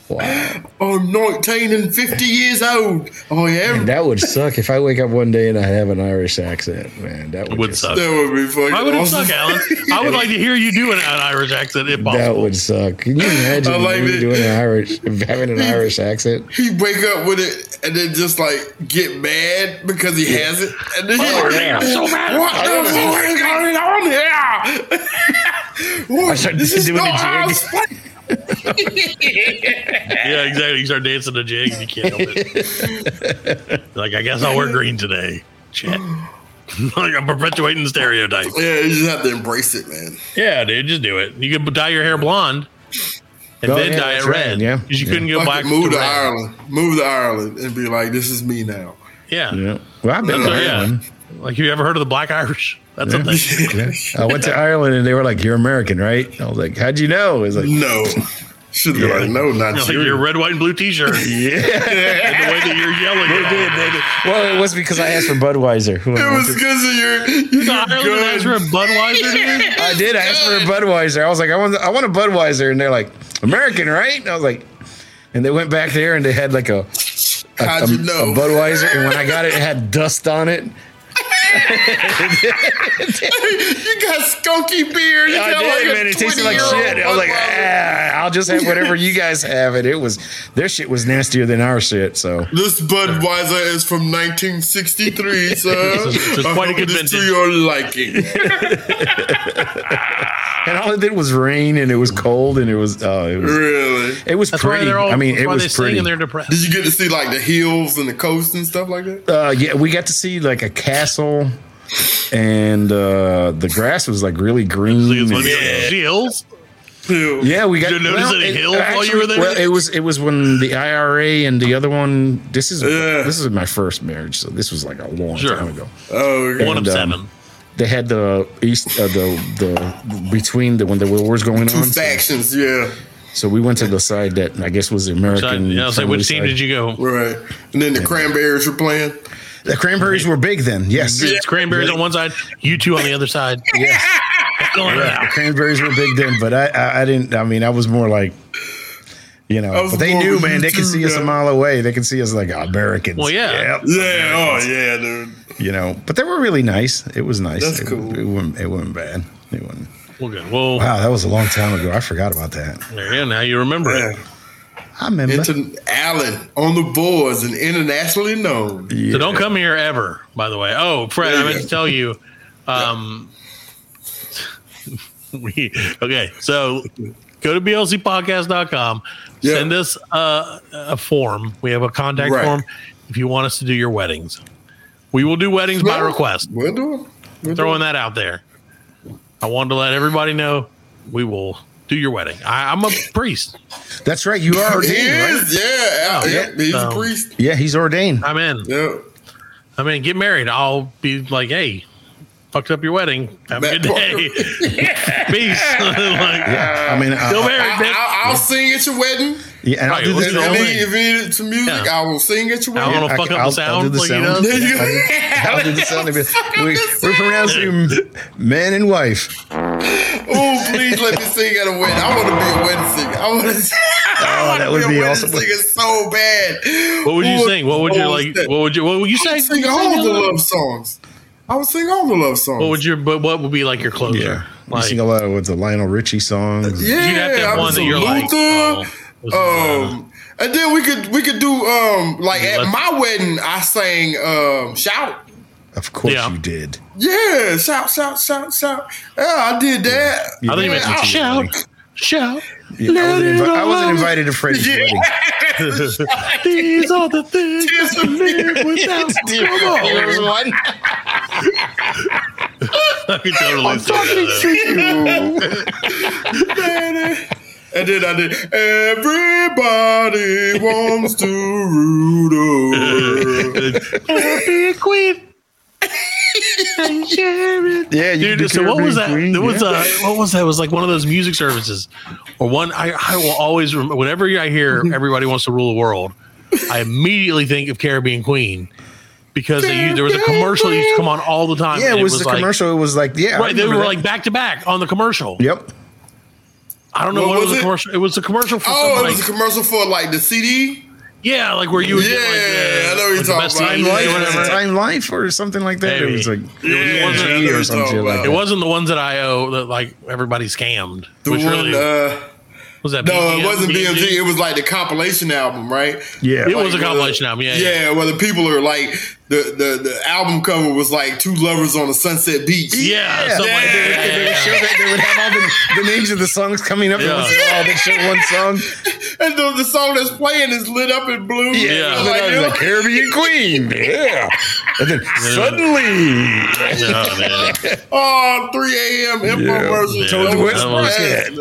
[SPEAKER 5] I'm 19 and 50 years old. Oh yeah,
[SPEAKER 7] Man, that would suck if I wake up one day and I have an Irish accent. Man, that would,
[SPEAKER 6] would
[SPEAKER 7] just-
[SPEAKER 6] suck.
[SPEAKER 5] that would be fucking.
[SPEAKER 6] Why would it
[SPEAKER 5] awesome.
[SPEAKER 6] suck, Alan? I would like to hear you do an Irish accent if possible.
[SPEAKER 7] That would suck. Can you imagine
[SPEAKER 5] I like
[SPEAKER 7] me
[SPEAKER 5] that.
[SPEAKER 7] doing an Irish, having an Irish accent?
[SPEAKER 5] He wake up with it and then just like get mad because he has it. And then
[SPEAKER 7] Oh,
[SPEAKER 5] he,
[SPEAKER 7] yeah. I'm so mad.
[SPEAKER 5] What the fuck is going on here? What?
[SPEAKER 6] I started
[SPEAKER 5] this is
[SPEAKER 6] doing
[SPEAKER 5] not
[SPEAKER 6] the jig.
[SPEAKER 5] Irish fuck-
[SPEAKER 6] Yeah, exactly. You start dancing to jig and you can't help it. like, I guess I'll wear green today. Shit. like, I'm perpetuating the stereotype.
[SPEAKER 5] yeah, you just have to embrace it, man.
[SPEAKER 6] Yeah, dude, just do it. You could dye your hair blonde and
[SPEAKER 5] Oh,
[SPEAKER 6] then
[SPEAKER 5] yeah,
[SPEAKER 6] dye it
[SPEAKER 5] that's right,
[SPEAKER 6] red.
[SPEAKER 5] yeah.
[SPEAKER 6] Because you couldn't go
[SPEAKER 5] Fuck
[SPEAKER 6] black.
[SPEAKER 5] it, move
[SPEAKER 6] to
[SPEAKER 5] to
[SPEAKER 6] red.
[SPEAKER 5] Ireland. Move to Ireland and be like, this is me now.
[SPEAKER 6] Yeah.
[SPEAKER 7] Yeah. Well, I've been
[SPEAKER 6] That's
[SPEAKER 7] to
[SPEAKER 6] what- Oh, yeah.
[SPEAKER 7] Ireland.
[SPEAKER 6] Like, you ever heard of the Black Irish? That's a thing.
[SPEAKER 7] Yeah. I went to Ireland and they were like, "You're American, right?" I was like, "How'd you know?" It was like,
[SPEAKER 5] "No." Should
[SPEAKER 6] be like,
[SPEAKER 5] "No,
[SPEAKER 6] You know, like your red, white, and blue T-shirt.
[SPEAKER 7] Yeah.
[SPEAKER 6] and the way that you're yelling. They did. They did.
[SPEAKER 7] Well, it was because I asked for Budweiser. Who I
[SPEAKER 5] It was
[SPEAKER 7] wanted-
[SPEAKER 5] because of your. You
[SPEAKER 6] got Ireland for a Budweiser, dude.
[SPEAKER 7] I did ask for a Budweiser. I was like, I want, I want a Budweiser, and they're like, American, right? And I was like, and they went back there and they had like a, a,
[SPEAKER 5] How'd you
[SPEAKER 7] a-
[SPEAKER 5] know?
[SPEAKER 7] a Budweiser, and when I got it, it had dust on it.
[SPEAKER 5] you got skunky beer. You
[SPEAKER 7] I
[SPEAKER 5] got
[SPEAKER 7] did,
[SPEAKER 5] like
[SPEAKER 7] man.
[SPEAKER 5] a
[SPEAKER 7] It tasted like
[SPEAKER 5] 20-year-old
[SPEAKER 7] shit. I was like,
[SPEAKER 5] Budweiser.
[SPEAKER 7] ah, I'll just have whatever you guys have. And it was their shit was nastier than our shit. So
[SPEAKER 5] This Budweiser is from 1963, sir.
[SPEAKER 7] This is- this is
[SPEAKER 5] I
[SPEAKER 7] quite a
[SPEAKER 5] hope
[SPEAKER 7] good
[SPEAKER 5] it is to your liking.
[SPEAKER 7] and all it did was rain, and it was cold, and it was oh, it was
[SPEAKER 5] really.
[SPEAKER 7] it was
[SPEAKER 5] That's why
[SPEAKER 7] pretty.
[SPEAKER 5] they're all-
[SPEAKER 7] I mean,
[SPEAKER 5] that's
[SPEAKER 7] it
[SPEAKER 5] why
[SPEAKER 7] was
[SPEAKER 5] they sing
[SPEAKER 7] pretty.
[SPEAKER 5] and they're
[SPEAKER 6] depressed.
[SPEAKER 5] Did you get to see like the hills and the coast and stuff like that?
[SPEAKER 7] Uh, yeah, we got to see like a castle, and uh, the grass was like really green.
[SPEAKER 6] Let me- See hills?
[SPEAKER 7] Yeah, we got.
[SPEAKER 6] Did you notice
[SPEAKER 7] well,
[SPEAKER 6] any
[SPEAKER 7] it-
[SPEAKER 6] hills while you were there?
[SPEAKER 7] Well, it was it was when the IRA and the other one. This is this is my first marriage, so this was like a long
[SPEAKER 6] Sure.
[SPEAKER 7] time ago.
[SPEAKER 5] Oh,
[SPEAKER 6] okay.
[SPEAKER 7] um,
[SPEAKER 6] One of seven.
[SPEAKER 7] They had the east, uh, the the between the when the war was going
[SPEAKER 5] Two
[SPEAKER 7] on. So,
[SPEAKER 5] factions, yeah.
[SPEAKER 7] so we went to the side that I guess was the American.
[SPEAKER 6] Yeah, I was like,
[SPEAKER 7] friendly
[SPEAKER 6] which team
[SPEAKER 7] side.
[SPEAKER 6] did you go?
[SPEAKER 5] Right. And then the cranberries were playing.
[SPEAKER 7] The cranberries were big then. Yes,
[SPEAKER 6] It's cranberries on one side, you two on the other side.
[SPEAKER 7] Yes. Yeah, the cranberries were big then, but I, I, I didn't. I mean, I was more like, you
[SPEAKER 5] I
[SPEAKER 7] know,
[SPEAKER 5] was
[SPEAKER 7] but they
[SPEAKER 5] more
[SPEAKER 7] knew,
[SPEAKER 5] with
[SPEAKER 7] man.
[SPEAKER 5] you
[SPEAKER 7] They could
[SPEAKER 5] too,
[SPEAKER 7] see us a
[SPEAKER 5] yeah.
[SPEAKER 7] mile away. They could see us like Americans.
[SPEAKER 5] Well, yeah.
[SPEAKER 7] Yep.
[SPEAKER 5] Yeah. Oh, yeah, dude.
[SPEAKER 7] You know, but they were really nice. It was nice.
[SPEAKER 5] That's
[SPEAKER 7] it,
[SPEAKER 5] cool.
[SPEAKER 7] It wasn't. It wasn't bad. It wasn't.
[SPEAKER 6] Well, good. Well,
[SPEAKER 7] Wow, that was a long time ago. I forgot about that.
[SPEAKER 6] there you go. Now you remember it.
[SPEAKER 7] I remember.
[SPEAKER 5] Allen on the boards and internationally known.
[SPEAKER 6] So don't come here ever, by the way. Oh, Fred, I meant to tell you. Um, we okay. So go to blcpodcast.com. Send us a, a form. We have a contact
[SPEAKER 5] Right.
[SPEAKER 6] form if you want us to do your weddings. We will do weddings by
[SPEAKER 5] Well,
[SPEAKER 6] request.
[SPEAKER 5] We'll do it. We'll
[SPEAKER 6] Throwing that out there. I wanted to let everybody know we will do your wedding. I, I'm a priest.
[SPEAKER 7] That's right. You are
[SPEAKER 5] He
[SPEAKER 7] ordained.
[SPEAKER 5] is,
[SPEAKER 7] right?
[SPEAKER 5] yeah. Al-
[SPEAKER 7] Oh, Yeah.
[SPEAKER 5] yeah, He's a
[SPEAKER 6] Um,
[SPEAKER 5] priest.
[SPEAKER 7] Yeah, he's ordained.
[SPEAKER 6] I'm in.
[SPEAKER 5] Yeah.
[SPEAKER 6] I mean, get married. I'll be like, hey, fucked up your wedding. Have a
[SPEAKER 5] That
[SPEAKER 6] good day. Peace. like,
[SPEAKER 7] Yeah, I mean, uh,
[SPEAKER 6] go married,
[SPEAKER 5] I,
[SPEAKER 6] bitch.
[SPEAKER 5] will sing at your wedding.
[SPEAKER 7] Yeah, and I'll do
[SPEAKER 5] If
[SPEAKER 7] this.
[SPEAKER 5] you need, if you need some music, I will sing at your
[SPEAKER 6] I
[SPEAKER 5] wedding.
[SPEAKER 6] wanna fuck up the sound,
[SPEAKER 7] do the
[SPEAKER 6] like, you
[SPEAKER 7] sound.
[SPEAKER 6] know?
[SPEAKER 7] Yeah, I'll do- I'll do the sound. We, we pronounce you man and wife.
[SPEAKER 5] Oh, please let me sing at a wedding. I want to be a wedding singer. I want to.
[SPEAKER 7] Oh, that would be awesome.
[SPEAKER 5] Singer so bad.
[SPEAKER 6] What would you
[SPEAKER 5] Who-
[SPEAKER 6] sing? What would you
[SPEAKER 5] who
[SPEAKER 6] like?
[SPEAKER 5] was that?
[SPEAKER 6] What would you? What would you
[SPEAKER 5] I
[SPEAKER 6] say?
[SPEAKER 5] would sing
[SPEAKER 6] You
[SPEAKER 5] all
[SPEAKER 6] sing
[SPEAKER 5] the
[SPEAKER 6] a little-
[SPEAKER 5] love songs. I would sing all the love songs.
[SPEAKER 6] What would your? But what would be like your closer?
[SPEAKER 7] you sing a lot of the Lionel Richie songs.
[SPEAKER 5] Yeah, uh,
[SPEAKER 6] You'd have to have
[SPEAKER 5] I
[SPEAKER 6] one
[SPEAKER 5] was
[SPEAKER 6] that
[SPEAKER 5] a
[SPEAKER 6] you're like, oh,
[SPEAKER 5] Luther.
[SPEAKER 6] uh,
[SPEAKER 5] um, and then we could we could do um like at my wedding I sang um shout.
[SPEAKER 7] Of course you did.
[SPEAKER 5] Yeah, shout, shout, shout, shout. Yeah, I did that.
[SPEAKER 7] You I didn't did. even
[SPEAKER 5] Yeah,
[SPEAKER 7] see
[SPEAKER 5] I-
[SPEAKER 6] Shout.
[SPEAKER 7] Yeah, I, wasn't invi- I wasn't invited to Freddie's
[SPEAKER 5] Yeah.
[SPEAKER 7] wedding.
[SPEAKER 6] These are the things
[SPEAKER 5] I
[SPEAKER 6] live without. Come on.
[SPEAKER 7] Here's one.
[SPEAKER 6] I could totally
[SPEAKER 5] I'm
[SPEAKER 6] see
[SPEAKER 5] talking
[SPEAKER 6] that.
[SPEAKER 5] to you. Daddy. And then I did. Everybody wants to rule the world.
[SPEAKER 6] Be a queen.
[SPEAKER 7] Jared. Yeah,
[SPEAKER 6] Dude, so what was that? There was uh what was that? It was like one of those music services, or one I, I will always remember. Whenever I hear everybody wants to rule the world, I immediately think of Caribbean Queen because they used, there was a commercial that used to come on all the time.
[SPEAKER 13] Yeah,
[SPEAKER 6] and
[SPEAKER 13] it was, the
[SPEAKER 6] like-
[SPEAKER 13] commercial. It was like, yeah, I
[SPEAKER 6] right, they
[SPEAKER 13] remember
[SPEAKER 6] were
[SPEAKER 13] that.
[SPEAKER 6] like back to back on the commercial.
[SPEAKER 13] Yep.
[SPEAKER 6] I don't know
[SPEAKER 5] What
[SPEAKER 6] what,
[SPEAKER 5] was
[SPEAKER 6] was
[SPEAKER 5] it?
[SPEAKER 6] the commercial. It was a commercial for
[SPEAKER 5] Oh, it
[SPEAKER 6] some, like,
[SPEAKER 5] was a commercial for like the CD.
[SPEAKER 6] Yeah, like where you would get like
[SPEAKER 5] Yeah, I know what you're
[SPEAKER 6] like the
[SPEAKER 5] talking
[SPEAKER 6] best
[SPEAKER 5] about.
[SPEAKER 6] CD,
[SPEAKER 13] Time Life,
[SPEAKER 6] whatever.
[SPEAKER 13] was it Time Life or something like that. It
[SPEAKER 6] Maybe.
[SPEAKER 13] was like
[SPEAKER 6] it, wasn't,
[SPEAKER 13] EG or some shit like
[SPEAKER 6] it
[SPEAKER 13] that.
[SPEAKER 6] wasn't the ones that I owe that like everybody scammed.
[SPEAKER 5] The
[SPEAKER 6] which
[SPEAKER 5] one,
[SPEAKER 6] really
[SPEAKER 5] uh,
[SPEAKER 6] was that?
[SPEAKER 5] No, it wasn't
[SPEAKER 6] BMG?
[SPEAKER 5] BMG. It was like the compilation album, right?
[SPEAKER 6] Yeah. It was a
[SPEAKER 5] where the-
[SPEAKER 6] compilation album, yeah,
[SPEAKER 5] yeah. Where the people are like the, the the album cover was like two lovers on a sunset beach.
[SPEAKER 6] Yeah,
[SPEAKER 13] something like that.
[SPEAKER 5] Yeah.
[SPEAKER 13] They would show that they would have all the, the names of the songs coming up.
[SPEAKER 5] Yeah.
[SPEAKER 13] And once in a while, they show one song.
[SPEAKER 5] And the, the song that's playing is lit up in blue.
[SPEAKER 13] Yeah,
[SPEAKER 5] Like,
[SPEAKER 13] I was like Caribbean Queen. Yeah, and then suddenly,
[SPEAKER 5] oh, 3 a.m. infomercial.
[SPEAKER 13] Yeah. Told you what's
[SPEAKER 5] That was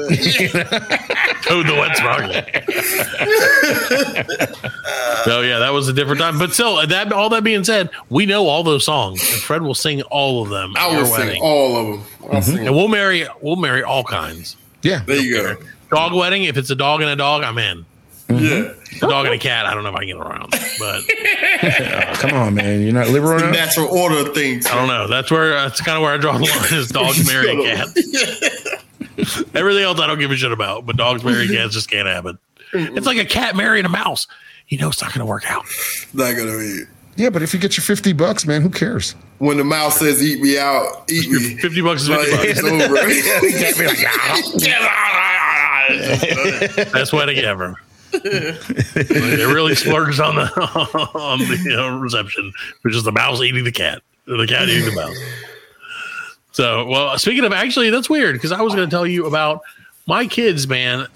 [SPEAKER 13] wrong.
[SPEAKER 6] Toad the Wet Sprocket. so yeah, that was a different time. But still, that all that being said, we know all those songs, and Fred will sing all of them. at
[SPEAKER 5] I
[SPEAKER 6] your
[SPEAKER 5] will sing
[SPEAKER 6] wedding.
[SPEAKER 5] all of them. I'll sing
[SPEAKER 6] and we'll marry. We'll marry all kinds.
[SPEAKER 13] Yeah,
[SPEAKER 5] there you go.
[SPEAKER 6] Dog wedding. If it's a dog and a dog, I'm in.
[SPEAKER 5] Yeah,
[SPEAKER 6] a dog and a cat. I don't know if I can get around, but
[SPEAKER 13] come on, man, you're not liberal
[SPEAKER 5] The
[SPEAKER 13] enough.
[SPEAKER 5] natural order of things.
[SPEAKER 6] I don't know. That's where that's kind of where I draw the line is dogs marrying cats. Everything else I don't give a shit about, but dogs marrying cats just can't happen. It's like a cat marrying a mouse. You know it's not going to work out.
[SPEAKER 5] Not gonna be.
[SPEAKER 13] Yeah, but if you get your fifty bucks, man, who cares?
[SPEAKER 5] When the mouse says "eat me out," eat me.
[SPEAKER 6] Fifty bucks is
[SPEAKER 5] Like,
[SPEAKER 6] 50 bucks.
[SPEAKER 5] it's over.
[SPEAKER 13] Can't be like,
[SPEAKER 6] Best wedding ever. it really splurges on the on the uh, reception, which is the mouse eating the cat, or the cat eating the mouse. So, well, speaking of actually, that's weird because I was going to tell you about my kids. Man,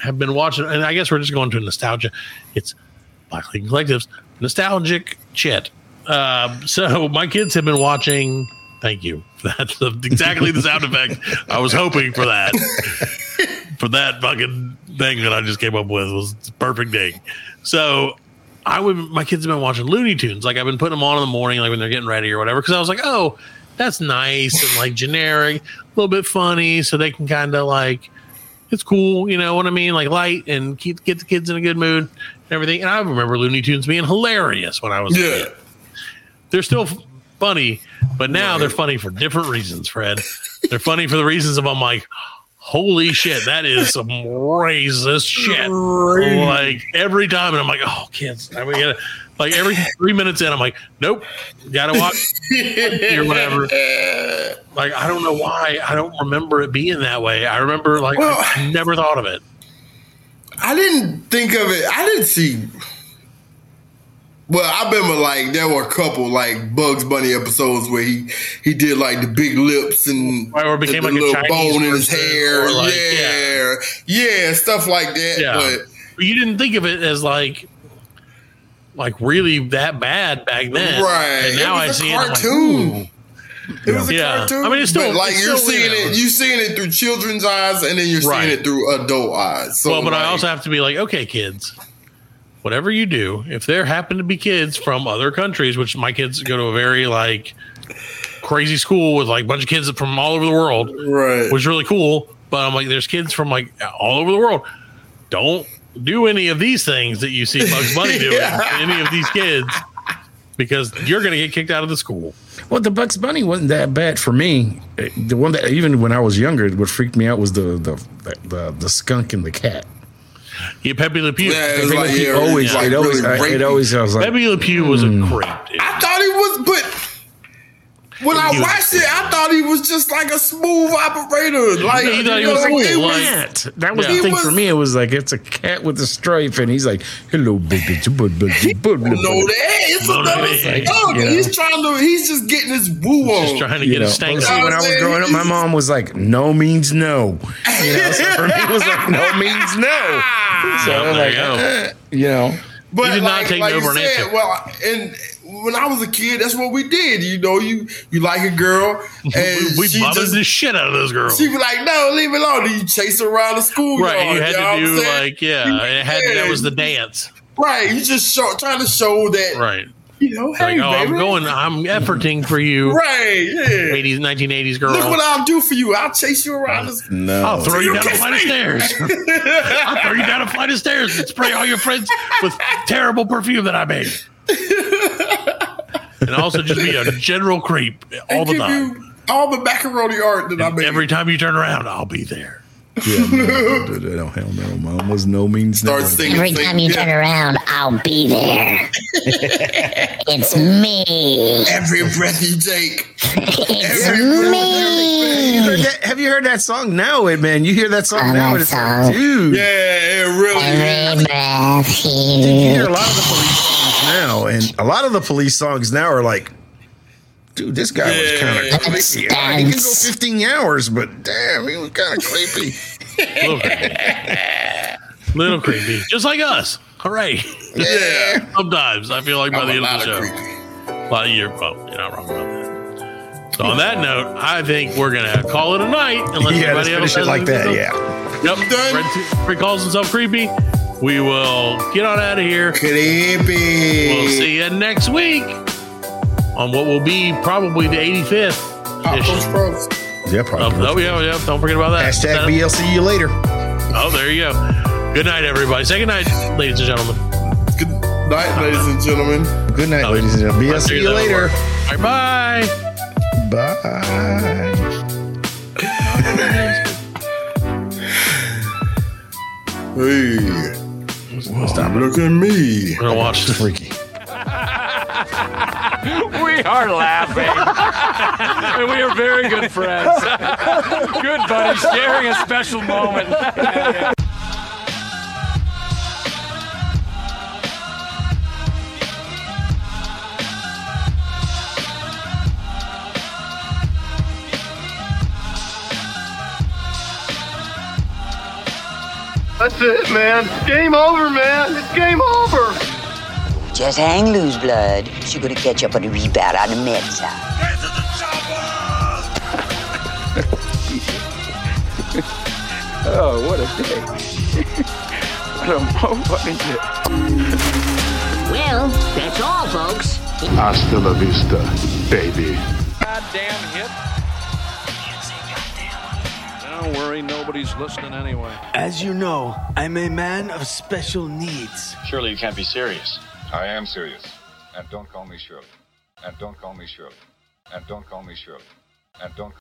[SPEAKER 6] have been watching, and I guess we're just going to nostalgia. It's Black League Collectives nostalgic shit. Uh, so, my kids have been watching. Thank you. That's the, exactly the sound effect I was hoping for. That for that fucking thing that I just came up with was the perfect day. So I would my kids have been watching Looney Tunes. Like I've been putting them on in the morning, like when they're getting ready or whatever. Because I was like, oh, that's nice and like generic, a little bit funny, so they can kind of like it's cool, you know what I mean? Like light and keep get the kids in a good mood and everything. And I remember Looney Tunes being hilarious when I was yeah. a kid. They're still f- funny, but now they're funny for different reasons, Fred. they're funny for the reasons of I'm like, holy shit, that is some racist shit. Like every time, and I'm like, oh kids, I mean, gotta, like every three minutes in, I'm like, nope, gotta watch or whatever. Like I don't know why I don't remember it being that way. I remember like I never thought of it.
[SPEAKER 5] I didn't think of it. I didn't see. Well, I remember like there were a couple like Bugs Bunny episodes where he he did like the big lips and
[SPEAKER 6] Or it became
[SPEAKER 5] the
[SPEAKER 6] like a
[SPEAKER 5] little
[SPEAKER 6] Chinese
[SPEAKER 5] bone in his
[SPEAKER 6] person,
[SPEAKER 5] hair,
[SPEAKER 6] or, like,
[SPEAKER 5] yeah, yeah, stuff like that.
[SPEAKER 6] Yeah,
[SPEAKER 5] But
[SPEAKER 6] but you didn't think of it as like like really that bad back then,
[SPEAKER 5] Right.
[SPEAKER 6] And now
[SPEAKER 5] It
[SPEAKER 6] I
[SPEAKER 5] was a
[SPEAKER 6] see it, I'm like,
[SPEAKER 5] cartoon. it was a
[SPEAKER 6] Yeah.
[SPEAKER 5] cartoon.
[SPEAKER 6] I mean, it's
[SPEAKER 5] but,
[SPEAKER 6] still
[SPEAKER 5] like
[SPEAKER 6] it's
[SPEAKER 5] you're
[SPEAKER 6] still, you
[SPEAKER 5] seeing
[SPEAKER 6] know.
[SPEAKER 5] it, you're seeing it through children's eyes, and then you're
[SPEAKER 6] Right.
[SPEAKER 5] seeing it through adult eyes. So,
[SPEAKER 6] well, but I
[SPEAKER 5] like,
[SPEAKER 6] also have to be like, okay, kids, whatever you do, if there happen to be kids from other countries, which my kids go to a very like crazy school with like a bunch of kids from all over the world,
[SPEAKER 5] right,
[SPEAKER 6] was really cool. But I'm like, there's kids from like all over the world. Don't do any of these things that you see Bugs Bunny doing. to Any of these kids, because you're gonna get kicked out of the school.
[SPEAKER 7] Well, the Bugs Bunny wasn't that bad for me. Uh, The one that even when I was younger, what freaked me out was the the the, the, the skunk and the cat.
[SPEAKER 6] Yeah, Pepe Le Pew.
[SPEAKER 5] Yeah, it was like,
[SPEAKER 7] He
[SPEAKER 5] yeah,
[SPEAKER 7] always,
[SPEAKER 5] like,
[SPEAKER 7] it always,
[SPEAKER 5] really
[SPEAKER 7] I, it
[SPEAKER 5] rapey.
[SPEAKER 7] always, I was like,
[SPEAKER 6] Pepe Le Pew was a
[SPEAKER 7] Mm.
[SPEAKER 6] creep.
[SPEAKER 5] I thought he was, but when I
[SPEAKER 6] He was-
[SPEAKER 5] watched it, I thought he was just like a smooth operator. Like
[SPEAKER 6] he thought he
[SPEAKER 5] you
[SPEAKER 6] was
[SPEAKER 5] know,
[SPEAKER 6] like
[SPEAKER 5] he
[SPEAKER 6] a
[SPEAKER 5] was-
[SPEAKER 7] cat. That was
[SPEAKER 5] He
[SPEAKER 7] the thing
[SPEAKER 5] was-
[SPEAKER 7] for me. It was like it's a cat with a stripe, and he's like, "Hello, baby." No,
[SPEAKER 5] No, that it's
[SPEAKER 7] No,
[SPEAKER 5] another
[SPEAKER 7] that ain't-
[SPEAKER 5] skunk.
[SPEAKER 7] yeah.
[SPEAKER 5] He's trying to. He's just getting his woo on.
[SPEAKER 6] Just trying to
[SPEAKER 7] You
[SPEAKER 6] get
[SPEAKER 7] know,
[SPEAKER 6] a
[SPEAKER 7] see,
[SPEAKER 6] stank.
[SPEAKER 5] Oh.
[SPEAKER 7] when I was growing up, my mom was like, "No means no." You know, so for me, it was like, "No means no." So I'm
[SPEAKER 6] Yeah, there
[SPEAKER 7] like,
[SPEAKER 6] you go.
[SPEAKER 7] eh, you know,
[SPEAKER 5] But
[SPEAKER 6] did not
[SPEAKER 5] like,
[SPEAKER 6] take
[SPEAKER 5] like
[SPEAKER 6] no
[SPEAKER 5] you
[SPEAKER 6] for an
[SPEAKER 5] said,
[SPEAKER 6] answer.
[SPEAKER 5] well, and when I was a kid, that's what we did. You know, you you like a girl, and
[SPEAKER 6] we
[SPEAKER 5] she
[SPEAKER 6] bothered
[SPEAKER 5] just
[SPEAKER 6] the shit out of those girls.
[SPEAKER 5] she be like, "No, leave me alone." And you chase her around the school,
[SPEAKER 6] Right, you
[SPEAKER 5] know
[SPEAKER 6] had
[SPEAKER 5] what
[SPEAKER 6] to
[SPEAKER 5] I'm
[SPEAKER 6] do
[SPEAKER 5] saying?
[SPEAKER 6] like yeah, it had that was the dance.
[SPEAKER 5] right. You just show, trying to show that
[SPEAKER 6] Right.
[SPEAKER 5] You know, hey,
[SPEAKER 6] like, oh, I'm
[SPEAKER 5] baby.
[SPEAKER 6] going, I'm efforting for you.
[SPEAKER 5] Right, yeah.
[SPEAKER 6] 80s, 1980s girl.
[SPEAKER 5] Look what I'll do for you. I'll chase you around. This-
[SPEAKER 6] No. I'll throw
[SPEAKER 5] So
[SPEAKER 6] you
[SPEAKER 5] you
[SPEAKER 6] down a
[SPEAKER 5] kiss
[SPEAKER 6] flight of
[SPEAKER 5] me.
[SPEAKER 6] stairs. I'll throw you down a flight of stairs and spray all your friends with terrible perfume that I made. and also just be a general creep all the
[SPEAKER 5] give
[SPEAKER 6] time.
[SPEAKER 5] you all the macaroni art that I made.
[SPEAKER 6] Every time you turn around, I'll be there.
[SPEAKER 7] Yeah, no, no, no, no, hell no, mom was no means
[SPEAKER 5] Start
[SPEAKER 7] no.
[SPEAKER 5] singing.
[SPEAKER 9] Every time you turn around, I'll be there. it's me.
[SPEAKER 5] Every breath you take.
[SPEAKER 9] it's
[SPEAKER 7] You heard
[SPEAKER 9] me.
[SPEAKER 7] that- Have you heard that song now, eh, man? You hear that song
[SPEAKER 9] Oh,
[SPEAKER 7] now,
[SPEAKER 9] that
[SPEAKER 7] and it's
[SPEAKER 9] song.
[SPEAKER 7] like, dude.
[SPEAKER 5] Yeah, it really.
[SPEAKER 9] Every breath
[SPEAKER 7] You hear a
[SPEAKER 9] you
[SPEAKER 7] lot of the police songs now, and a lot of the police songs now are like, dude, this guy was kind of creepy. All right, He can go 15 hours, but damn, he was kind of creepy.
[SPEAKER 6] Little creepy. Little creepy. Just like us. Hooray.
[SPEAKER 5] Yeah.
[SPEAKER 6] Sometimes I feel like by
[SPEAKER 5] I'm
[SPEAKER 6] the
[SPEAKER 5] a
[SPEAKER 6] end of
[SPEAKER 5] lot of
[SPEAKER 6] the show. Well, you're, well, you're not wrong about that. So on that note, I think we're gonna call it a night unless
[SPEAKER 7] Yeah, let's
[SPEAKER 6] anybody
[SPEAKER 7] finish
[SPEAKER 6] else
[SPEAKER 7] it
[SPEAKER 6] has
[SPEAKER 7] like that,
[SPEAKER 6] anything
[SPEAKER 7] yeah.
[SPEAKER 6] else. Yep. Fred, Fred calls himself creepy. We will get on out of here.
[SPEAKER 5] Creepy.
[SPEAKER 6] We'll see you next week on what will be probably the 85th edition.
[SPEAKER 7] Yeah, probably.
[SPEAKER 6] Of, oh yeah, yeah. Don't forget about that.
[SPEAKER 7] Hashtag BLC you later.
[SPEAKER 6] Oh, there you go. Good night, everybody. Say good night, ladies and gentlemen.
[SPEAKER 5] Night, ladies and gentlemen.
[SPEAKER 7] Good
[SPEAKER 6] Oh,
[SPEAKER 7] night, ladies and gentlemen. BLC you later.
[SPEAKER 6] All right, bye.
[SPEAKER 7] Bye.
[SPEAKER 5] Hey. Stop looking at me.
[SPEAKER 6] We're gonna watch this.
[SPEAKER 7] Freaky.
[SPEAKER 1] we are laughing. and we are very good friends. good buddies, sharing a special moment.
[SPEAKER 14] That's it, man. Game over, man. It's game over.
[SPEAKER 15] Just hang loose, blood. She's gonna catch up on the rebound on the med side.
[SPEAKER 1] Oh, what a day. what a moment.
[SPEAKER 9] Well, that's all, folks.
[SPEAKER 16] Hasta la vista, baby.
[SPEAKER 1] Goddamn hit. Don't worry, nobody's listening anyway.
[SPEAKER 17] As you know, I'm a man of special needs.
[SPEAKER 18] Surely you can't be serious.
[SPEAKER 4] I am serious. And don't call me Shirley. And don't call me Shirley. And don't call me Shirley. And don't